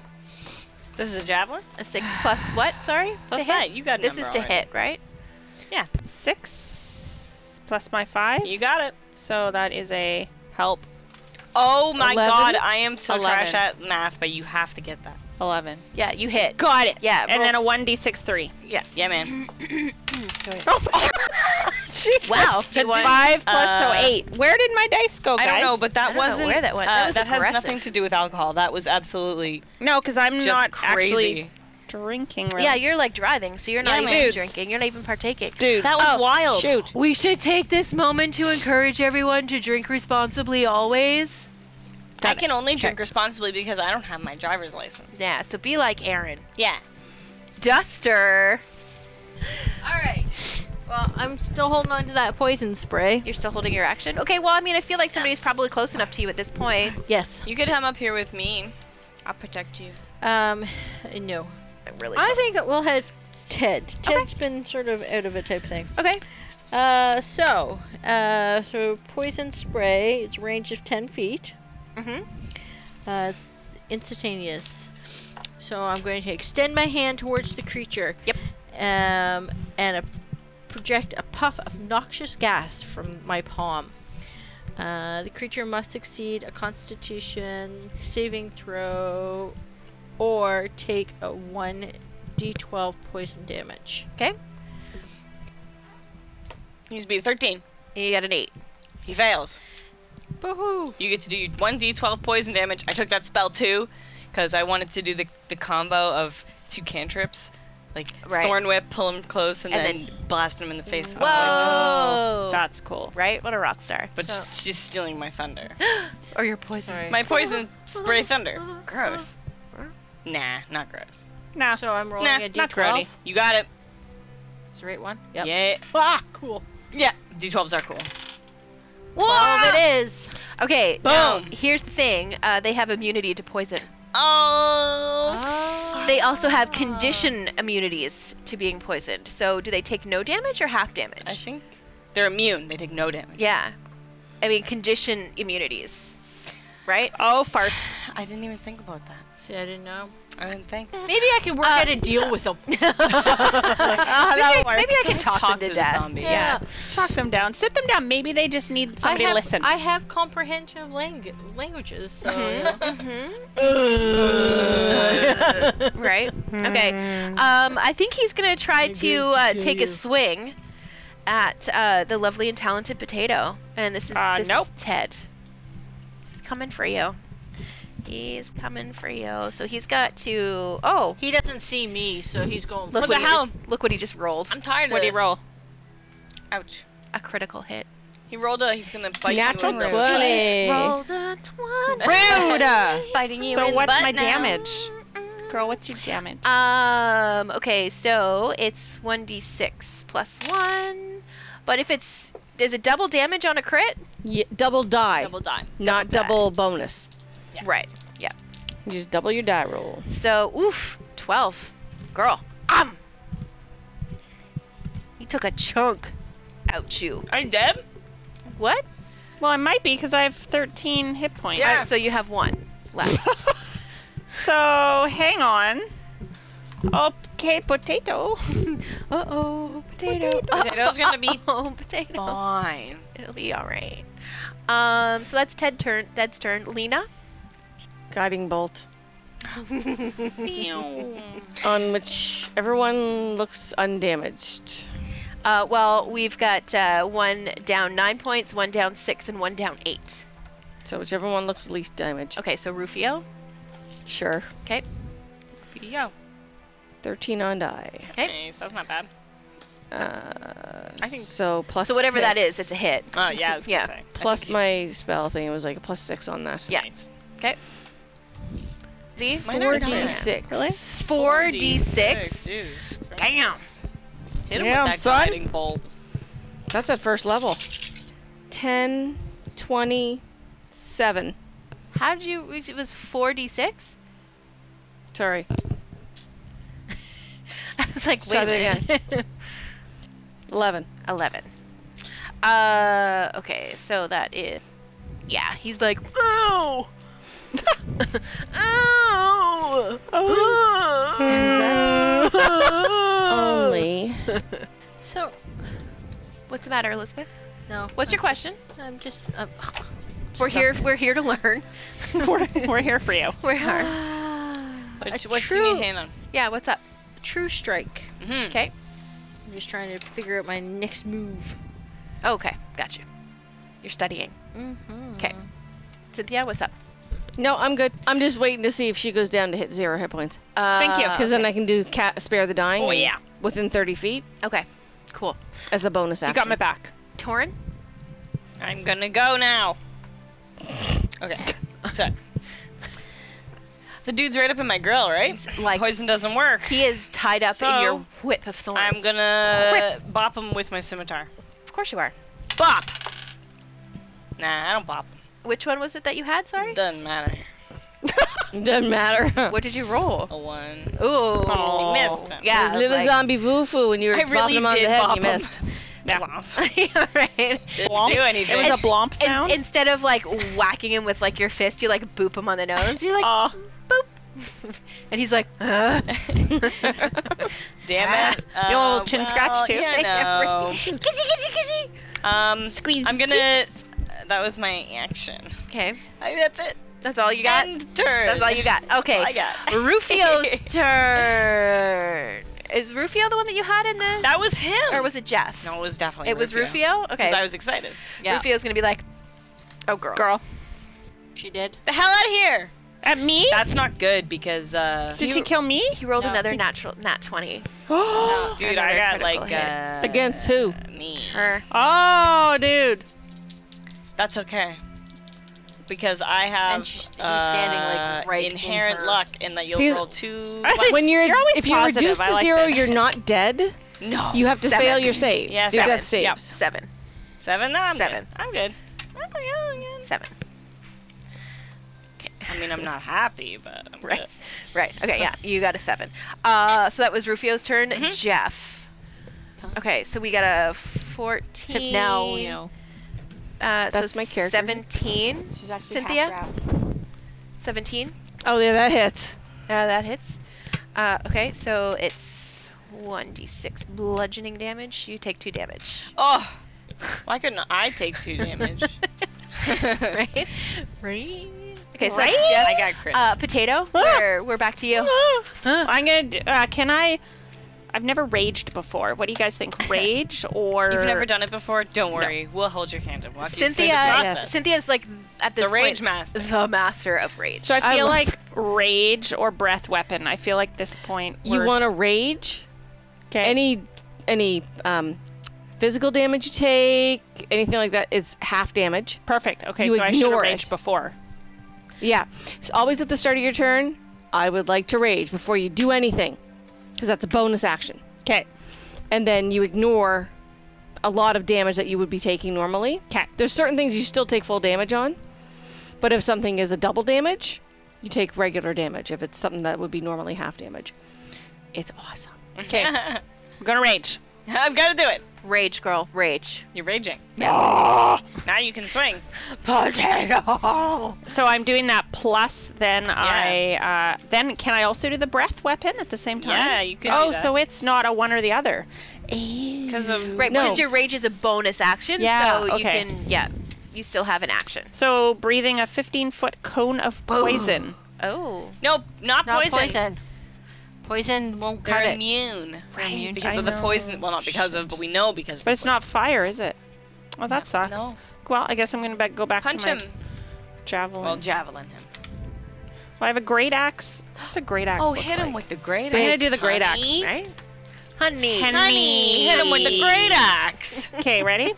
This is a javelin.
A six plus what? Sorry.
Plus
to hit?
that, you got. a
This is
number
to
already.
hit, right?
Six plus my five.
You got it.
So that is a help.
Oh my
11?
god, I am so trash
11.
at math, but you have to get that.
Eleven.
Yeah, you hit.
Got it.
Yeah,
And
roll-
then a one d six three. Oh
[laughs]
Yeah, man.
[laughs]
Wow.
Said
you won.
five plus
Uh,
so eight. Where did my dice go, guys?
I don't know, but
I
that
don't know
wasn't.
where that went.
uh,
That was
has
aggressive.
nothing to do with alcohol. That was absolutely
no, because I'm
just
not
crazy.
actually drinking. Really.
Yeah, you're like driving, so you're
Yeah,
not even
dudes.
drinking. You're not even partaking.
dude.
that was
Oh,
wild.
shoot.
We should take this moment to encourage everyone to drink responsibly always.
I can only drink responsibly because I don't have my driver's license.
Yeah, so be like Aaron.
Yeah.
Duster.
All right. Well, I'm still holding on to that poison spray.
You're still holding your action? Okay, well, I mean, I feel like somebody's probably close enough to you at this point.
Yes.
You could come up here with me. I'll protect you.
Um, no.
I'm really
I
close.
think that we'll have Ted. Ted's been sort of out of it type thing.
Okay.
Uh, so, uh, so poison spray. It's range of ten feet.
Mm-hmm.
Uh, it's instantaneous. So I'm going to extend my hand towards the creature.
Yep.
Um, and a, project a puff of noxious gas from my palm. Uh, the creature must succeed a Constitution saving throw, or take a one d12 poison damage.
Okay.
You just beat a 13.
You got an eight.
He fails.
Boohoo!
You get to do your 1d12 poison damage. I took that spell too because I wanted to do the, the combo of two cantrips. Like
Right.
thorn whip, pull him close, and,
And
then, blast him in the face.
Oh,
with
Whoa.
That's cool.
right? What a rock star.
poison. But she's stealing my thunder.
Or your poison.
My poison spray thunder. Gross. Nah, not gross.
Nah.
So I'm rolling
Nah,
a d12.
not grody. You got it.
It's the right one. Yep.
Yeah.
Ah, cool.
Yeah. D12s are cool.
Twelve it is.
Okay. now,
Boom.
here's the thing. Uh, they have immunity to poison.
Oh.
They also have condition immunities to being poisoned. So do they take no damage or half damage?
I think they're immune. They take no damage.
Yeah. I mean, condition immunities. Right?
Oh, farts.
I didn't even think about that.
See, I didn't know.
I didn't think.
Maybe I can work out a deal with [laughs] them.
[laughs] maybe, I- maybe I can talk, them to,
the
death.
zombie.
Yeah.
Talk them down. Sit them down. Maybe they just need somebody
I
to
have,
listen.
I have comprehension of langu- languages, so. Mm-hmm.
Right? Okay. Um, I think he's going to try to uh, take a swing at uh, the lovely and talented potato. And this is,
Uh,
this
nope.
is Ted. He's coming for you. He's coming for you. So he's got to. Oh,
He doesn't see me, so he's going
look
for
what,
the
he just, look what he just rolled.
I'm tired of
what do you
this.
roll?
Ouch.
A critical hit.
He rolled a. He's gonna bite
Natural
you. in the-
twenty.
Rolled a 20.
[laughs]
Rude.
Biting you.
so
in the
what's
butt
my
now.
damage, girl? What's your damage?
Um. Okay. So it's one d six plus one, but if it's is it double damage on a crit?
Ye- double die,
Double die.
not
double
double bonus.
Right. Yeah.
You just double your die roll.
So oof, twelve, girl. Um.
He took a chunk.
Ouch you.
Are you dead?
What?
Well, I might be because I have 13 hit points.
Yeah.
Uh, so you have one. left.
[laughs]
So hang on. Okay, potato.
Uh oh, potato.
Potato's
[laughs]
gonna be
oh, potato.
fine.
It'll be all right. Um, so that's Ted turn. Ted's turn. Lena.
Guiding bolt.
Meow.
On which everyone looks undamaged.
Uh, well, we've got uh, one down nine points, one down six, and one down eight.
So whichever one looks least damaged.
Okay, so Rufio.
Sure.
Okay.
Yeah.
13 on die.
Okay.
Nice. That's not bad.
Uh,
I think-
so plus
So whatever that
six.
is, it's a hit.
Oh yeah. I was
Yeah.
Gonna say.
Plus my spell thing, it was like a plus six on that.
Yeah.
Nice.
Okay. Z.
Mine are
D
nice.
six.
Four d six.
Damn. Hit him
Damn,
with that
son.
guiding bolt.
That's at first level. 10, 20, 7.
How did you? It was four d six. [laughs]
Sorry.
I was like,
try
wait a
that
minute. [laughs]
11.
11. Uh, okay, so that is. Yeah, he's like, [laughs] ow! ow!
Oh.
Only.
So,
What's the matter, Elizabeth?
no.
What's your question?
I'm just. Uh, [sighs]
We're here. We're here to learn.
[laughs] we're, we're here for
[laughs]
you.
We're here.
What's,
a
what's
true-
you need hand on?
Yeah. What's up?
True strike.
Mm-hmm.
Okay.
I'm just trying to figure out my next move.
Oh, Okay. Got you. You're studying.
Mm-hmm.
Okay. Cynthia, what's up?
No, I'm good. I'm just waiting to see if she goes down to hit zero hit points.
Uh,
Thank you,
Because then I can do cat spare the dying.
Oh,
and-
yeah.
Within 30 feet
Okay. Cool.
as a bonus
You
action.
got my back.
Torin.
I'm gonna go now. Okay.
[laughs]
Sorry. The dude's right up in my grill, right?
like-
Poison doesn't work.
He is tied up in
So,
your whip of thorns.
I'm gonna bop him with my scimitar.
Of course you are.
Bop. Nah, I don't bop.
Which one was it that you had? Sorry.
Doesn't matter.
[laughs] Doesn't matter.
what did you roll?
A one.
Ooh.
Oh, missed him.
Yeah.
little
like-
zombie voofoo when you were
I
bopping
really
him on the
did
head
bop
and you
him.
missed.
Nah.
[laughs] Yeah, right.
Didn't do anything.
It was a
It's-
blomp
In-
sound.
instead of like whacking him with like your fist, you like boop him on the nose. You're like
Aw.
Oh.
boop, [laughs] and he's like,
[laughs]
"Ugh."
Damn it.
Ah, you want a little chin scratch, too?
You know. [laughs]
kissy kissy kissy.
um,
Squeeze
I'm
his
gonna. That was my action.
[laughs] Okay,
I, that's it.
that's all you got.
End turn.
That's all you got. Okay,
I got. [laughs]
Rufio's turn. Is Rufio the one that you had in the,
That was him.
or was it Jeff?
No, it was definitely.
it was Rufio.
Because
Okay,
I was excited.
Yeah.
Rufio's gonna be like, oh girl,
Girl.
She [gasps] did.
The hell out of here.
At Uh, me?
That's not good because uh,
Did she kill me?
He rolled
No.
another natural nat twenty.
oh,
dude,
Another
I got
critical
like
hit.
uh,
Against who?
me.
Her.
dude.
That's okay. Because I have
And she's- you're standing, like,
uh,
right in
inherent
her.
luck in that you'll
Because-
roll two.
when you're,
You're always
if
positive.
you reduce
I
to
like
zero,
this.
you're not dead.
no,
You have to
Seven.
fail your save.
Yeah,
Do
seven.
death saves.
Seven.
seven. No, I'm
Seven.
Good. I'm good. I'm good, I'm good.
Seven.
I mean, I'm not happy, but I'm
Right. [laughs] Right. Okay. Yeah. You got a seven. Uh, so that was Rufio's turn.
Mm-hmm.
Jeff. Okay. So we got a fourteen.
Except now, you know.
Uh,
That's
so
my character.
Seventeen.
She's actually
Cynthia?
half
Seventeen.
Oh, yeah, that hits.
Uh, that hits. Uh, okay. So it's one d six bludgeoning damage. You take two damage.
Good. Oh, why couldn't I take two damage? I
[laughs] right. Right. Okay. So that's Jeff.
got crit.
Uh, potato. We're, we're back to you.
I'm gonna. d- Uh, can I? I've never raged before. What do you guys [laughs] think? Rage or?
You've never done it before. Don't worry. We'll hold your hand and walk you through the
Cynthia. uh,
process.
Cynthia's like at this
The rage
point,
master.
The master of rage.
So I feel
love-
like rage or breath weapon. I feel like this point.
You
we're-
want to rage?
okay.
Any any um, physical damage you take, anything like that is half damage.
perfect? Okay,
you
so I should have
ignore
raged
it.
before.
Yeah. So always at the start of your turn, I would like to rage before you do anything, because that's a bonus action.
Okay.
And then you ignore a lot of damage that you would be taking normally.
'Kay.
There's certain things you still take full damage on, but if something is a double damage, you take regular damage. If it's something that would be normally half damage, it's awesome.
Okay. I'm gonna rage. [laughs]
I've got to do it.
Rage, girl, rage.
You're raging.
[gasps]
Ah,
Now you can swing.
Potato.
So I'm doing that plus then I uh, then can I also do the breath weapon at the same time?
Yeah, you could do
Oh,
that.
so it's not a one or the other.
Because of
Right,
No.
because your rage is a bonus action,
Yeah,
so you
okay.
can yeah, you still have an action.
So breathing a 15 foot cone of poison.
Oh.
no, not,
Not
poison.
poison. Poison, won't
They're
cut it.
immune
Right.
because
I
of the
know.
poison. Well, not because of, but we know because.
But
of
it's
the poison.
not fire, is it? Well, that sucks.
no.
Well, I guess I'm gonna be- go back
Punch
to my
him.
javelin.
Well,
Well,
javelin him.
I have a great axe. What's a great axe?
[gasps] Oh,
look
hit him
like?
with the great axe.
I'm gonna do the great axe,
honey.
right?
Honey.
Honey, hit him with the great axe.
Okay, ready?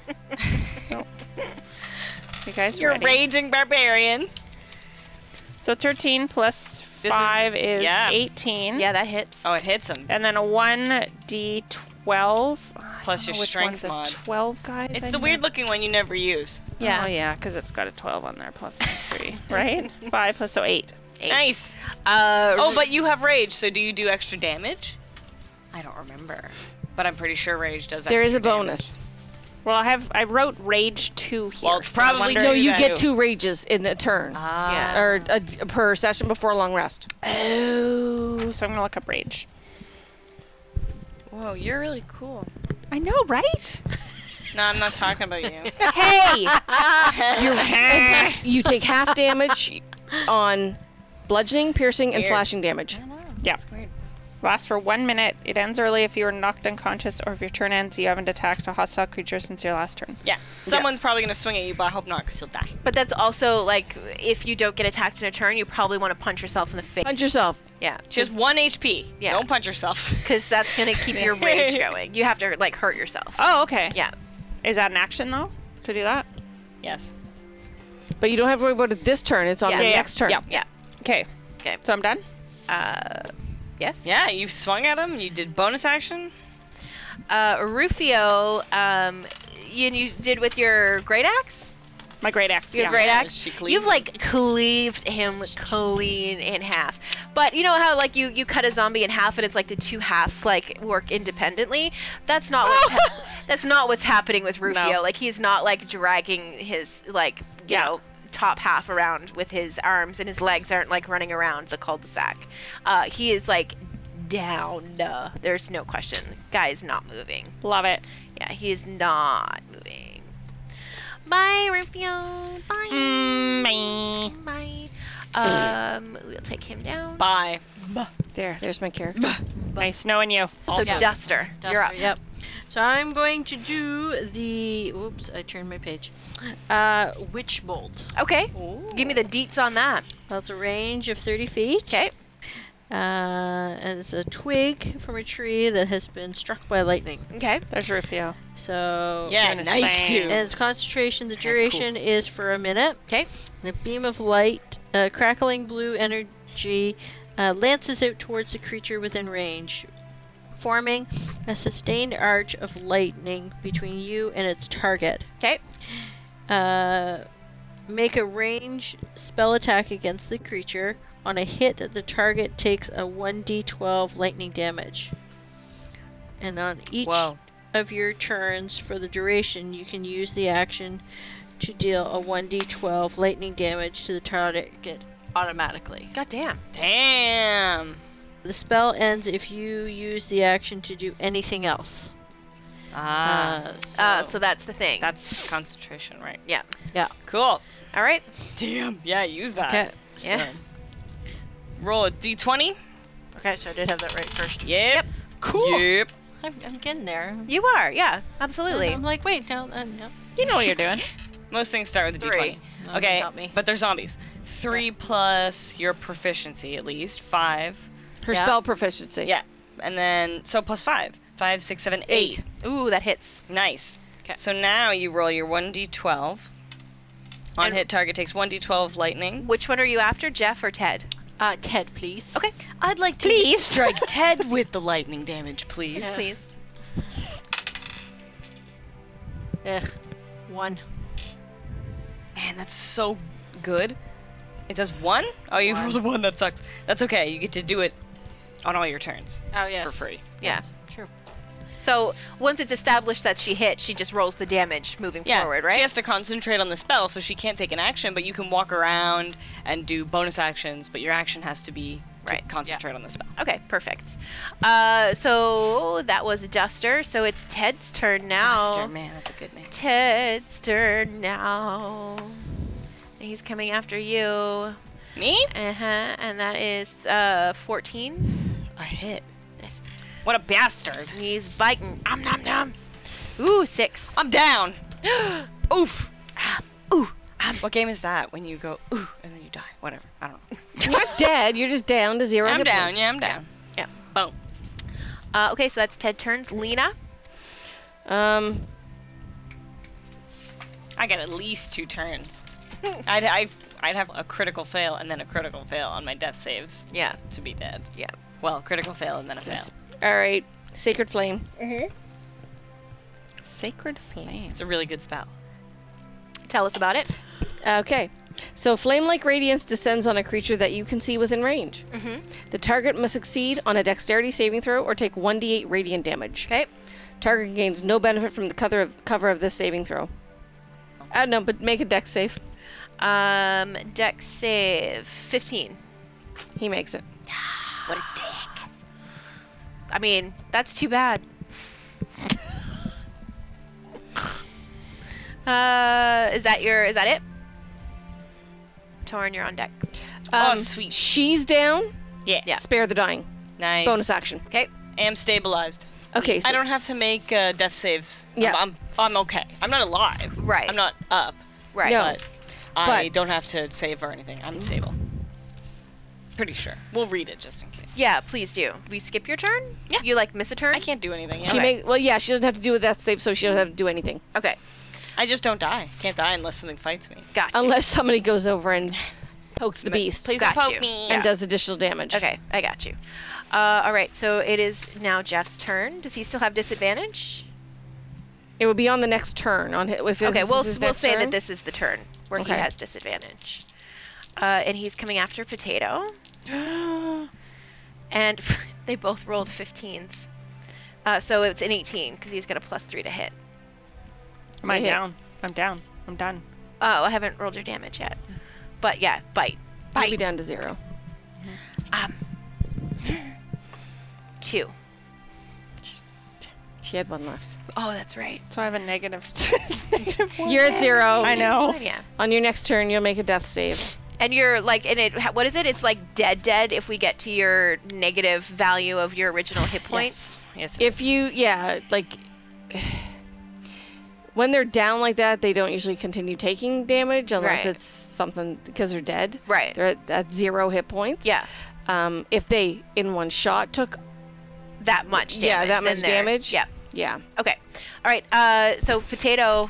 Oh. You guys
You're a
ready?
raging barbarian.
So 13 plus
This is-
5 is,
yeah.
18.
Yeah, that hits.
Oh, it hits him.
And then a 1d12. I
Plus
don't
your
know which
strength
one's a
mod.
12, guys.
It's
I
the
know.
weird looking one you never use.
Yeah.
Oh, yeah, because it's got a 12 on there, plus 3, [laughs] right? 5 plus, so 8.
Eight.
Nice.
Uh,
Oh, but you have rage, so do you do extra damage? I don't remember. But I'm pretty sure rage does
There is a
extra damage.
bonus.
Well, I have I wrote rage 2 here.
Well, it's
so I'm
probably
wondering
No,
So
There
if
you
you
go.
that-
get two rages in a turn
Ah.
yeah.
or a, per session before a long rest.
Oh, so I'm going to look up rage.
Whoa, you're really cool.
I know, right?
No, I'm not talking about
[laughs]
you.
Hey, you take half damage on bludgeoning, piercing, and
Weird.
slashing damage.
Yeah. Lasts for one minute. It ends early if you are knocked unconscious or if your turn ends, you haven't attacked a hostile creature since your last turn.
Yeah. Someone's probably going to swing at you, but I hope not because he'll die.
But that's also like if you don't get attacked in a turn, you probably want to punch yourself in the face.
Punch yourself.
Yeah.
She has one HP.
Yeah.
Don't punch yourself. [laughs]
Because that's gonna keep your rage going. You have to like hurt yourself.
Oh, okay.
Yeah.
Is that an action though? To do that?
yes.
But you don't have to worry about it this turn. It's on
Yeah.
the
Yeah, yeah.
next turn.
Yeah.
Yeah.
Okay.
Okay.
So I'm done.
Uh, yes.
Yeah, you swung at him. You did bonus action.
Uh, Rufio, um, you, you did with your great axe.
My great axe.
Your
yeah.
great axe.
she cleaved
You've
him.
like cleaved him clean in half. But you know how like you you cut a zombie in half and it's like the two halves like work independently. That's not what's hap- that's not what's happening with Rufio.
Oh. No.
Like he's not like dragging his like you
Yeah.
know top half around with his arms and his legs aren't like running around the cul-de-sac. Uh, he is like down. Uh, there's no question. Guy is not moving.
Love it.
Yeah, he is not moving. Bye, Rufio. Bye. Bye. Um, we'll take him down.
Bye.
There, there's my character.
Nice knowing you.
So
Yeah.
Duster,
Duster,
you're up.
Yep. So I'm going to do the. Oops, I turned my page. Uh, witch bolt.
Okay. Give me the deets on that.
That's a range of 30 feet.
Okay.
Uh, and it's a twig from a tree that has been struck by lightning.
Okay.
There's Rufio.
So
Yeah,
Goodness,
nice
thanks.
you.
And its concentration, the
cool.
duration is for a minute.
'Kay.
And a beam of light, uh, crackling blue energy, uh, lances out towards the creature within range, forming a sustained arch of lightning between you and its target.
'Kay.
Uh, make a range spell attack against the creature. On a hit, the target takes a 1d12 lightning damage. And on each
Whoa.
of your turns for the duration, you can use the action to deal a 1d12 lightning damage to the target automatically.
God damn.
Damn.
The spell ends if you use the action to do anything else.
Ah.
Uh, so,
Uh, so that's the thing.
that's concentration, right?
yeah.
yeah.
Cool.
All right.
Damn. Yeah, use that.
Okay.
Yeah.
Roll a d20.
Okay, so I did have that right first.
Yep. Yep.
Cool. I'm, I'm getting there.
You are. Yeah. Absolutely.
I'm like, wait, no, uh, no.
You know what you're doing.
[laughs] Most things start with a
Three.
d20.
No,
Okay,
help me.
but they're zombies. Three plus your proficiency, at least five.
Her
Yeah.
spell proficiency.
Yeah, and then so plus five, five, six, seven, eight.
Ooh, that hits.
Nice.
'Kay.
So now you roll your one d12. On
And-
hit target takes one d12 lightning.
Which one are you after, Jeff or Ted?
Uh, Ted, please.
Okay.
I'd like to
Please.
[laughs]
strike Ted with the lightning damage, please.
Yes, please.
Ugh. One.
Man, that's so good. It does one. Oh, you rolled a [laughs] one. That sucks. That's okay. You get to do it on all your turns
Oh, yes.
for free.
Yeah.
True.
So once it's established that she hit, she just rolls the damage moving
Yeah,
forward, right?
She has to concentrate on the spell, so she can't take an action, but you can walk around and do bonus actions, but your action has to be to
Right, yeah.
concentrate on the spell.
Okay, perfect. Uh, so that was Duster. So it's Ted's turn now.
Duster, man, that's a good name.
Ted's turn now. And He's coming after you. Uh
Me?
huh. And that is uh, 14.
A hit.
Yes.
What a bastard.
And He's biting. Om nom nom. Ooh, six. [gasps]
I'm down. Oof. Ooh. what game is that when you go ooh and then you die? Whatever. I don't know.
You're not dead. You're just down to zero.
I'm
hit
down.
points.
Yeah, I'm down.
Yeah.
Boom.
Uh, okay, so that's Ted turns. Lena.
Um,
I got at least two
[laughs]
turns. I'd, I, I'd have a critical fail and then a critical fail on my death saves
Yeah.
to be dead.
Yeah.
Well, critical fail and then a fail.
all right. Sacred flame.
Sacred flame.
It's a really good spell.
Tell us about it.
Okay. So flame like radiance descends on a creature that you can see within range. The target must succeed on a dexterity saving throw or take 1d8 radiant damage.
Okay.
Target gains no benefit from the cover of, cover of this saving throw. I don't know, but make a dex save.
Um, dex save 15.
He makes it.
I mean, that's too bad. uh, is that your? Is that it? Torn, you're on deck.
Oh, sweet.
Um, She's down.
Yeah.
Yeah.
Spare the dying.
Nice.
Bonus action.
Okay.
Am stabilized.
Okay. So
I don't have to make uh, death saves.
Yeah.
I'm, I'm, I'm okay. I'm not alive.
Right.
I'm not up.
Right.
No.
But I
But-
don't have to save or anything. I'm stable. Pretty sure. We'll read it just in case.
Yeah, please do. We skip your turn. Yeah. You like miss a turn?
I can't do anything.
She
yeah.
make, well, yeah, she doesn't have to do a death save, so she doesn't have to do anything.
Okay.
I just don't die. Can't die unless something fights me.
Gotcha.
Unless somebody goes over and pokes the beast
Please
Got
don't poke
you.
me.
and does additional damage.
Okay, I got you. Uh, all right. So it is now Jeff's turn. Does he still have disadvantage?
It would be on the next turn. On hi- if it-
Okay,
this
we'll
is his
we'll
next
say
turn.
that this is the turn where
Okay.
he has disadvantage, uh, and he's coming after Potato, and [laughs] they both rolled 15s, uh, so it's an 18 because he's got a plus three to hit.
Am I
Yeah.
down? I'm down. I'm done.
Oh, I haven't rolled your damage yet, but yeah, bite Um,
He'll be down to zero.
two.
She had one left.
Oh, that's right.
So I have a [laughs] negative. negative one.
You're at zero.
I know.
Oh, yeah.
On your next turn, you'll make a death save.
And you're like, and it, what is it? It's like dead, dead. If we get to your negative value of your original hit points,
Yes.
If you, yeah, like when they're down like that, they don't usually continue taking damage unless
Right.
it's something because they're dead.
Right.
They're at, at zero hit points.
yeah,
Um, if they in one shot took,
that much damage.
yeah, that
then
much
they're-
damage.
Yeah.
Yeah.
Okay. All right. Uh, so potato. Oh,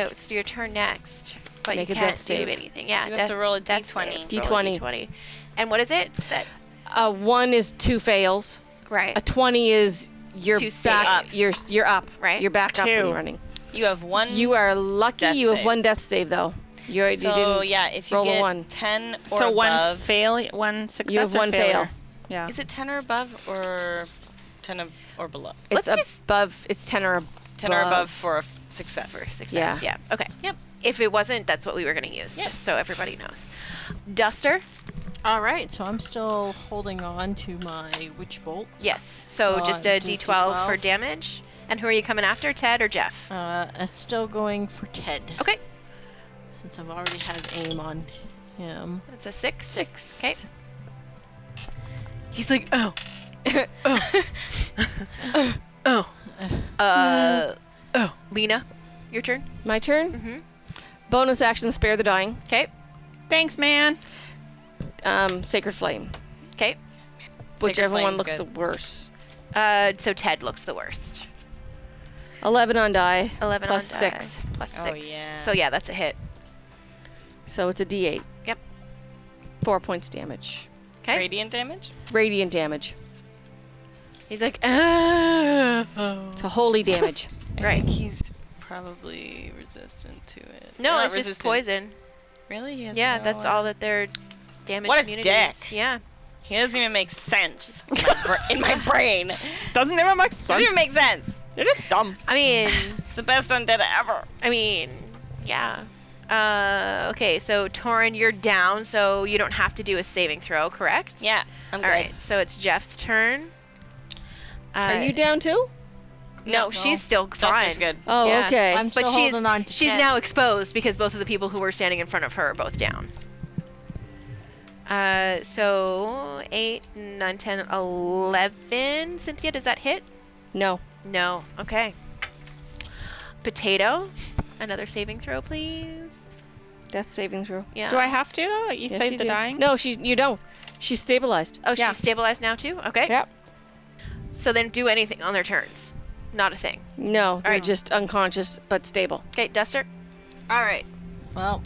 it's your turn next, but
Make a
you can't
death
do
save.
anything. Yeah.
You have to roll a
death
D20.
save. Roll a
D20.
D20. And what is it? That
Uh, one is two fails.
right.
A twenty is you're
Two
back.
saves.
You're you're up.
Right.
You're back up
Two.
and running.
you have one.
You are lucky.
Death
you have
save.
one death save though. You, already
So
didn't
yeah, if you
roll
get
a one.
ten or
So one
above,
fail, one success.
have
or
one fail.
failure? Yeah.
is it ten or above or ten ab- or below?
It's
Let's just-
above. It's ten or above.
Ten or above for a f- success.
for success. Yeah. Okay.
Yep.
If it wasn't, that's what we were going to use, just so everybody knows. Duster.
All right, so I'm still holding on to my witch bolt.
Yes. So
Uh,
just a
do
D12, for
D12.
damage. And who are you coming after, Ted or Jeff?
Uh, it's still going for Ted
Okay.
since I've already had aim on him.
That's a six.
Six.
Okay.
He's like,
[laughs]
oh,
[laughs]
oh, oh.
Uh,
Oh.
Lena, your turn.
My turn.
Mm-hmm.
Mhm.
Bonus action: spare the dying.
Okay.
Thanks, man.
Um, sacred flame.
Okay.
Whichever one
Flame's
looks
good.
the worst.
Uh, so Ted looks the worst.
Eleven on die.
11
plus
on die.
six.
Plus
Oh,
six.
yeah.
So yeah, that's a hit.
So it's a D8.
Yep.
Four points damage.
Okay.
Radiant damage.
Radiant damage.
He's like, ah.
It's a
[laughs]
holy damage.
Right.
He's probably resistant to it.
No,
Not
it's just
resistant.
poison.
Really? He has
Yeah,
no-
that's all that their damage
What a
immunity
dick.
is. Yeah.
He doesn't even make sense in my, bra- in my brain. Doesn't
Doesn't even make sense.
even make sense.
They're just dumb.
I mean,
It's the best undead ever.
I mean, yeah. Uh, okay, so Torin, you're down, so you don't have to do a saving throw, correct?
Yeah, I'm
All right, so it's Jeff's turn. Uh,
Are you down too?
No, she's still fine.
Jester's good.
Oh,
Yeah.
okay.
I'm
But
still
she's
holding on to
she's
10.
now exposed because both of the people who were standing in front of her are both down. Uh, so 8, 9, 10, 11. Cynthia, does that hit?
no.
No. Okay. Potato, another saving throw, please.
Death saving throw.
Yeah.
Do I have to? though? You
Yes,
saved
you
the
do.
dying?
No, she. You don't. She's stabilized.
Oh,
Yeah.
she's stabilized now too. Okay.
Yep.
So then do anything on their turns. Not a thing.
No, they're
right.
just unconscious but stable.
Okay, Duster.
All right.
Well,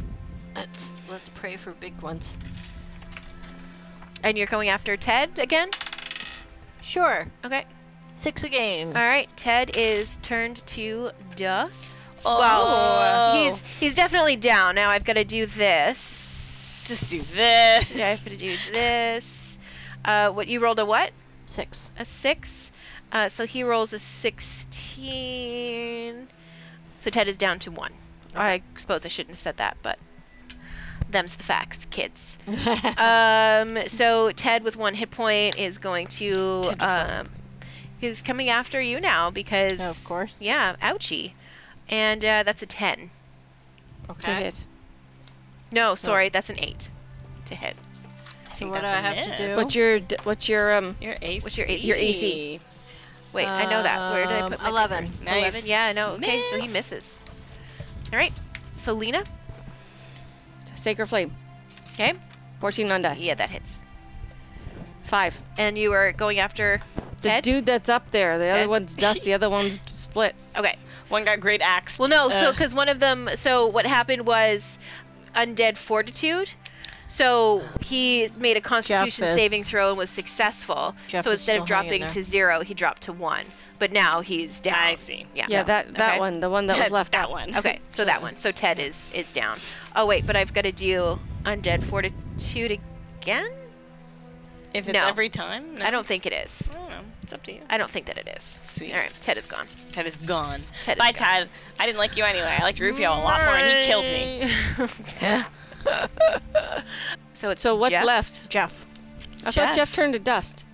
let's let's pray for big ones.
And you're going after Ted again.
Sure.
Okay.
Six again.
All right. Ted is turned to dust.
Oh.
Well, he's he's definitely down. Now I've got to do this.
Just do this.
Yeah, I have to do this. Uh, what you rolled a what?
Six.
a six. Uh, so he rolls a 16. So Ted is down to one. I suppose I shouldn't have said that, but them's the facts, kids.
[laughs]
um, so Ted with one hit point is going to. Um, is coming after you now because.
Of course.
Yeah, ouchie. And uh, that's a 10.
To hit.
No, sorry, that's an 8 to hit.
I think
what do
that's
I
a
have to
miss.
do?
What's your d- What's your um?
Your AC.
What's your AC?
Your AC.
Wait, I know that. Where did I put
Um,
my
11.
papers?
Nice.
11. Yeah, no. Okay, so he
Miss.
misses. All right. So Lena.
Sacred flame.
Okay.
Fourteen on die.
Yeah, that hits.
Five.
And you are going after
The
Ted.
dude that's up there. The
Dead.
other one's dust. The other one's split.
Okay.
One got great axe.
Well, no. So
Uh,
because one of them. So what happened was, undead fortitude. So he made a Constitution
is-
saving throw and was successful.
Jeff
so
is
instead of
still hanging
dropping
there.
to zero, he dropped to one. But now he's down.
I see.
[laughs] Yeah.
Yeah, that that
Okay.
one. The
[laughs]
one that was left.
that
up.
one.
Okay. So that one. So Ted is is down. Oh wait, but I've got to do undead fortitude again.
If it's
No.
every time, no.
I don't think it is.
I don't know. It's up to you.
I don't think that it is.
Sweet.
All right. Ted is gone.
Ted is gone.
Ted is
Bye,
gone.
Ted. I didn't like you anyway. I liked Rufio a lot more, and he killed me.
[laughs]
so it's
So what's
Jeff?
left?
Jeff.
I thought Jeff turned to dust.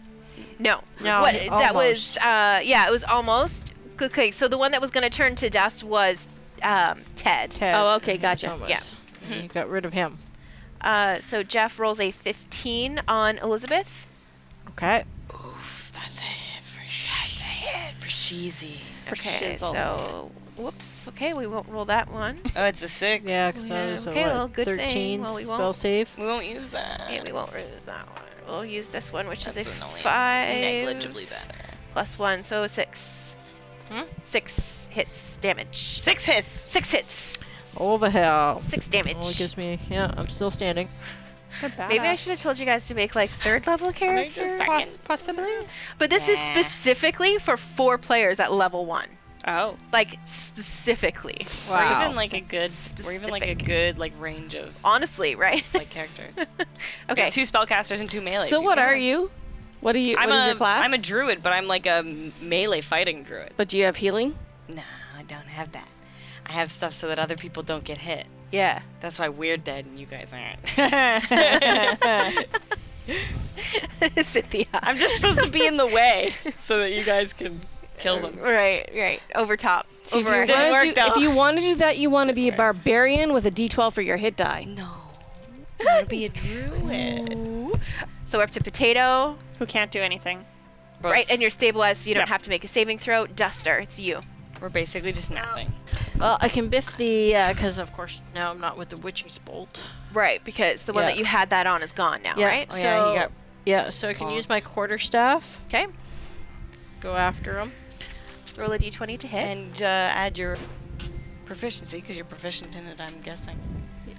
No,
No,
What that was? Uh, yeah, it was almost. Okay, so the one that was going to turn to dust was um, Ted.
Ted.
Oh, okay, gotcha.
Almost.
Yeah.
You got rid of him.
Uh, so Jeff rolls a 15 on Elizabeth.
Okay.
Okay,
shizzle.
so whoops. Okay, we won't roll that one.
Oh, it's a six.
Yeah, 'cause that
Yeah,
was a,
okay,
what,
well, good thing.
13
Well, we
spell
won't.
save.
We won't use that.
Yeah, we won't use that one. We'll use this one, which is
That's
a
annoying.
five
Negligibly better.
plus one, so a six. Six hits damage.
Six hits.
Six hits.
All the hell.
Six damage.
Oh,
Only gives me. Yeah, I'm still standing.
Maybe I should have told you guys to make like third level characters.
Second.
Possibly.
But this is
Nah.
specifically for four players at level one.
Oh.
Like specifically.
We're even like a good. We're even like a
Specific.
good like
[laughs]
range of
Honestly, right?
like characters.
[laughs] okay.
Two spellcasters and two melee.
So what
people.
are you? What are you?
I'm
what is
a,
your class?
am a druid, but I'm like a melee fighting druid.
But do you have healing?
No, I don't have that. I have stuff so that other people don't get hit. [laughs]
yeah.
That's why we're dead and you guys aren't.
Cynthia.
[laughs] I'm just supposed to be in the way so that you guys can kill them.
[laughs] Right, right. Over top.
See, if,
Over.
you
Didn't
wanna
work,
do,
though.
if you want to do that, you want to be a barbarian with a D12 for your hit die.
No. I want to be a druid.
So we're up to potato.
Who can't do anything?
Right, and you're stabilized, so you don't have to make a saving throw. Duster, it's you.
We're basically just nothing.
Well, I can biff the. Because, of course, now I'm not with the witch's bolt.
Right, because the one
Yeah.
that you had that on is gone now,
Yeah.
right?
Oh, yeah, he
So-
got-
Yeah, so I can use my quarter staff.
Okay.
Go after him.
Roll a d20 to hit.
And uh, add your proficiency because you're proficient in it, I'm guessing.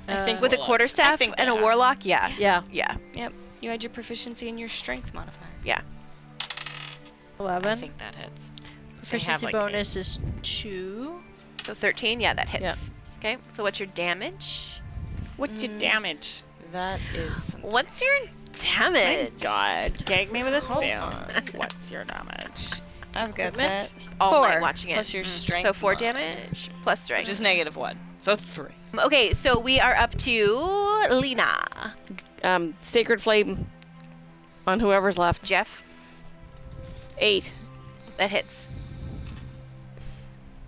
I think
With a
warlocks.
quarter
I
staff
think
and a
they are.
warlock, yeah.
Uh, Yeah.
Yeah.
Yep. You add your proficiency and your strength modifier.
Yeah.
I
11.
think that hits.
Proficiency
like, eight.
bonus is 2.
So 13, yeah, that hits.
Yeah.
Okay, so what's your damage?
Mm.
What's your damage?
That is.
What's your damage.
God, gag me with a spoon. What's your damage?
I've got that.
All
Four.
night watching it.
Plus your strength.
so four
mod,
damage plus strength.
Which is negative one. So three.
okay, so we are up to Lena,
Um, sacred flame on whoever's left.
Jeff.
Eight,
That hits.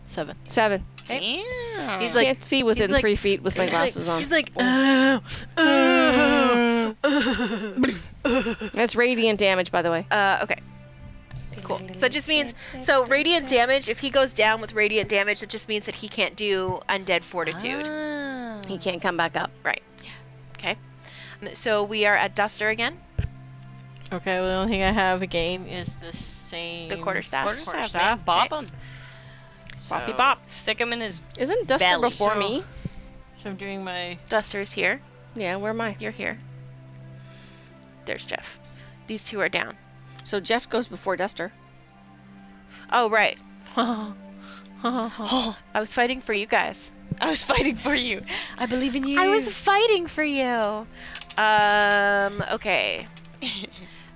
Seven.
seven.
Damn.
He's
I
like,
Can't see within
like-
three feet with my glasses on.
He's like, oh, oh.
That's radiant damage, by the way.
uh, okay. Cool. So it just means so radiant damage. If he goes down with radiant damage, it just means that he can't do undead
Ah.
fortitude.
um,
He can't come back up.
Right. Okay. Um, So we are at Duster again.
Okay, well, the only thing I have a game is the same.
The quarterstaff.
Quarterstaff, man. Bop him.
So,
bop.
Stick him in his.
Isn't Duster
Belly.
before
So-
me?
So I'm doing my.
Duster's here.
Yeah, where am I?
You're here. There's Jeff. These two are down.
So Jeff goes before Duster.
Oh right. I was fighting for you guys.
I was [laughs] fighting for you. I believe in you.
I was [laughs] fighting for you. Um. Okay.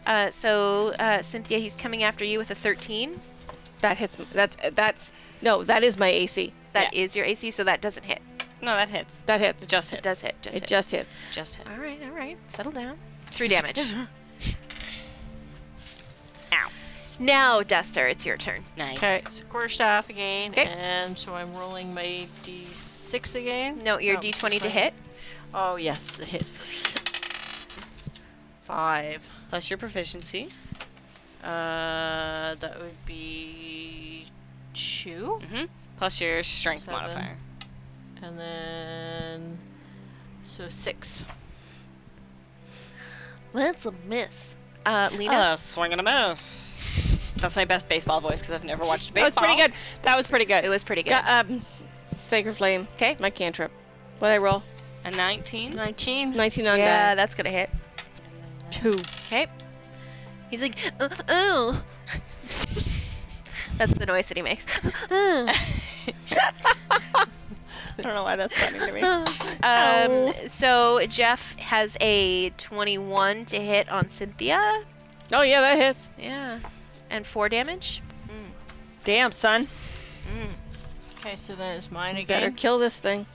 Uh, so uh, Cynthia, he's coming after you with a 13.
That hits. m- That's that. No, that is my AC.
That is your AC, so that doesn't hit.
No, that hits.
That hits.
It just
It
hit.
does hit. Just
It
hit.
just hits.
Just hit.
All right. All right. Settle down. Three [laughs] damage.
Ow.
Now, Duster, it's your turn.
Nice.
Okay, so quarterstaff again.
'Kay.
And so I'm rolling my d6 again.
No, your
Oh,
D20 to
sorry.
hit.
Oh, yes, the hit. Five.
Plus your proficiency.
Uh, that would be two,
Mm-hmm. Plus your strength
Seven.
modifier.
and then so six.
That's a miss. Uh, Lena.
Uh, swing and a miss. That's my best baseball voice because I've never
That
watched baseball.
was pretty good. That was pretty
it
good.
was pretty good.
Yeah, um, Sacred Flame.
'Kay.
My cantrip. What I roll?
A 19. [laughs]
Nineteen.
19 on
yeah,
die.
that's gonna hit.
Two.
Okay. He's like, "Uh, oh. [laughs] that's the noise that he makes. [laughs]
I don't know why that's funny to me.
um, so Jeff has a 21 to hit on Cynthia.
Oh yeah, that hits.
Yeah. And four damage.
Damn, son.
Okay, so then it's mine
Better
again.
kill this thing.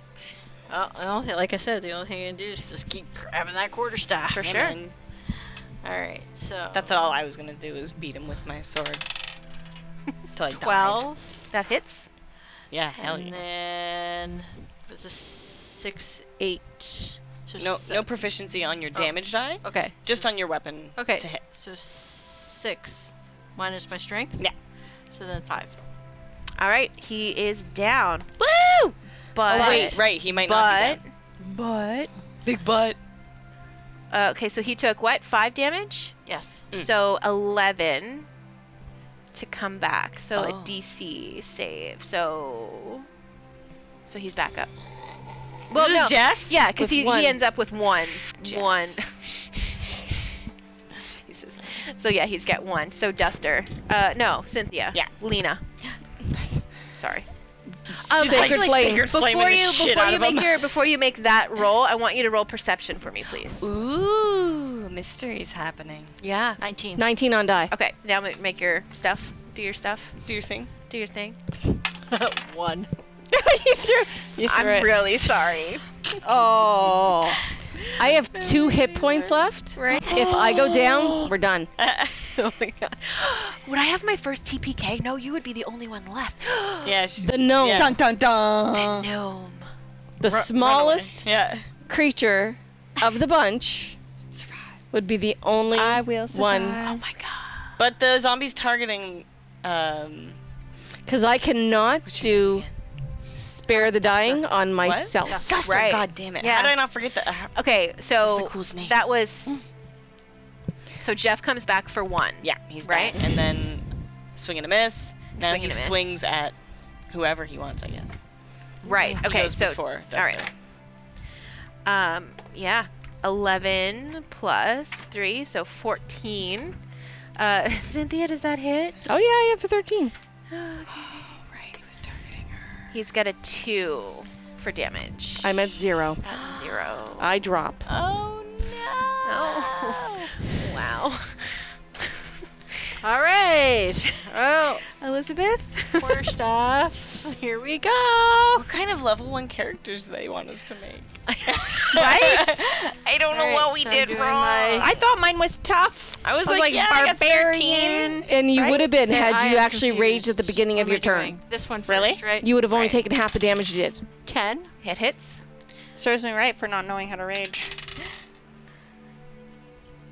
Uh, I don't think, like I said, the only thing I can do is just keep grabbing that quarterstaff.
For
And
sure.
then
All right, so
That's all I was gonna do is beat him with
[laughs]
my sword. Till I died.
twelve,
That hits.
Yeah, hell
and
yeah.
then it's a six, eight. So
No, no
se-
proficiency on your
Oh.
damage die,
Okay.
just on your weapon.
Okay.
To hit.
So six minus my strength.
Yeah.
So then five.
All right. He is down.
Woo!
But
Oh, wait, right? He might
Uh, But
not. Be dead. Big butt.
uh, okay, so he took what? Five damage.
Yes.
Mm.
So 11 to come back. So a
Oh.
DC save. So so he's back up. Well,
This
no.
is Jeff?
Yeah, because
With
he,
one.
he ends up with one.
Jeff.
One. [laughs] Jesus. So yeah, he's got one. So Duster. Uh, no, Cynthia.
Yeah. [gasps]
Lena. Sorry.
Sacred
actually,
Flame.
Oh, Sacred
Um, Before
flame
you
and the shit
before
out
you
of
make
him.
your before you make that [laughs] roll, I want you to roll perception for me, please.
[laughs] Ooh, mysteries happening.
Yeah.
19.
19 on die.
Okay, now ma- make your stuff. Do your stuff.
Do your thing.
Do your thing.
[laughs] One.
you threw, you
I'm really
[laughs]
sorry. [laughs]
Oh. I have two hit points left.
Right?
If I go down, we're done.
oh my god. [gasps] Would I have my first TPK? No, you would be the only one left. [gasps] Uh.
Yeah. She's
The gnome,
Yeah.
Dun dun dun.
Gnome.
the smallest
Yeah.
creature of the bunch, would be the only
I will
One.
survive.
My god.
But the zombies targeting. Um.
because I cannot do spare the dying on myself.
Guster,
Right.
oh God damn it.
Yeah.
How did I not forget that? Uh,
Okay, so
the coolest name.
that was. So Jeff comes back for one.
yeah, he's
Right.
right. And then swing and a miss. Now
Swing
he
and a miss.
swings at whoever he wants, I guess.
Right.
He
Okay.
goes
So.
before
all right.
Duster.
Um. Yeah. Eleven plus three, so fourteen. Uh, [laughs] Cynthia, does that hit?
Oh yeah, I have a 13.
He's got a two for [gasps] damage.
I'm at zero.
At zero.
I drop.
Oh no.
Oh. now.
All right. [laughs] Oh,
[laughs] Elizabeth?
quarter staff. Here we go.
What kind of level one characters do they want us to make?
Right?
[laughs] I don't know
All right,
what we
so I'm
did
doing
wrong.
my-
I thought mine was tough.
I was
I was
like,
like,
yeah,
barbarian.
I got 13.
And you
Right?
would have been
So I
had
am
you actually
confused.
raged at the beginning
What
of
am
your
I
turn.
doing? This one first,
Really?
right?
You would have only
Right.
taken half the damage you did.
ten.
[laughs] Hit hits.
Serves me right for not knowing how to rage.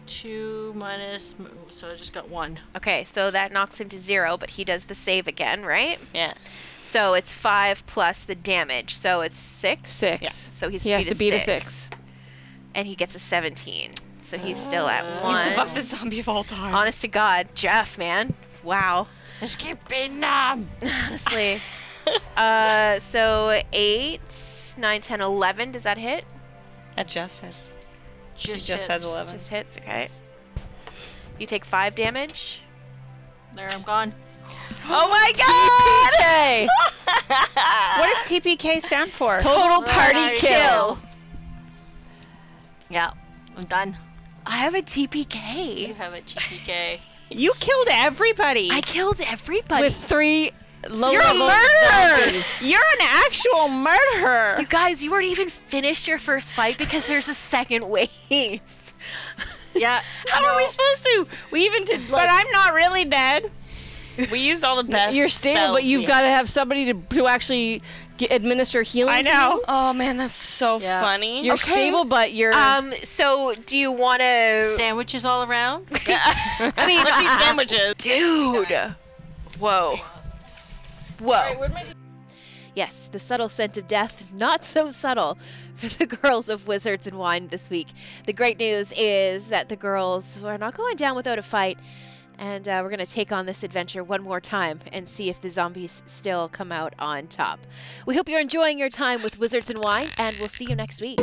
Two minus. So I just got one.
Okay, so that knocks him to zero, but he does the save again, right?
Yeah.
So it's five plus the damage. So it's six.
Six. Yeah.
So he's
He has to beat a six.
And he gets a 17. So he's still at
He's
one.
He's the buffest zombie of all time.
Honest to God, Jeff, man. Wow.
Just keep beating them.
[laughs]
Honestly. uh, so 8, 9, 10, 11. Does that hit?
That just hits. She
Just
just has
hits.
11.
Just hits, okay. You take 5 damage.
There, I'm gone.
oh my god!
What does TPK stand for?
Total
party kill. Yeah, I'm done.
I have a TPK.
You have a TPK.
[laughs]
you killed everybody.
I killed everybody.
With three low
You're a
level
murderer.
zombies.
You're an actual murderer.
You guys, you weren't even finished your first fight because there's a second [laughs] wave.
yeah.
How are we supposed to? We even did
But
like
I'm not really dead.
we used all the best.
You're stable, but
spells
you've
we
got to have somebody to, to actually get, administer healing.
I
to
know.
[laughs] you.
Oh man, that's so
Yeah.
funny.
You're
Okay.
stable, but you're.
Um, so do you want to,
Sandwiches all around.
I mean, [laughs] let's
[laughs]
eat sandwiches.
dude? Whoa, whoa. Yes, the subtle scent of death, not so subtle for the girls of Wizards and Wine this week. The great news is that the girls are not going down without a fight, and uh, we're going to take on this adventure one more time and see if the zombies still come out on top. We hope you're enjoying your time with Wizards and Wine, and we'll see you next week.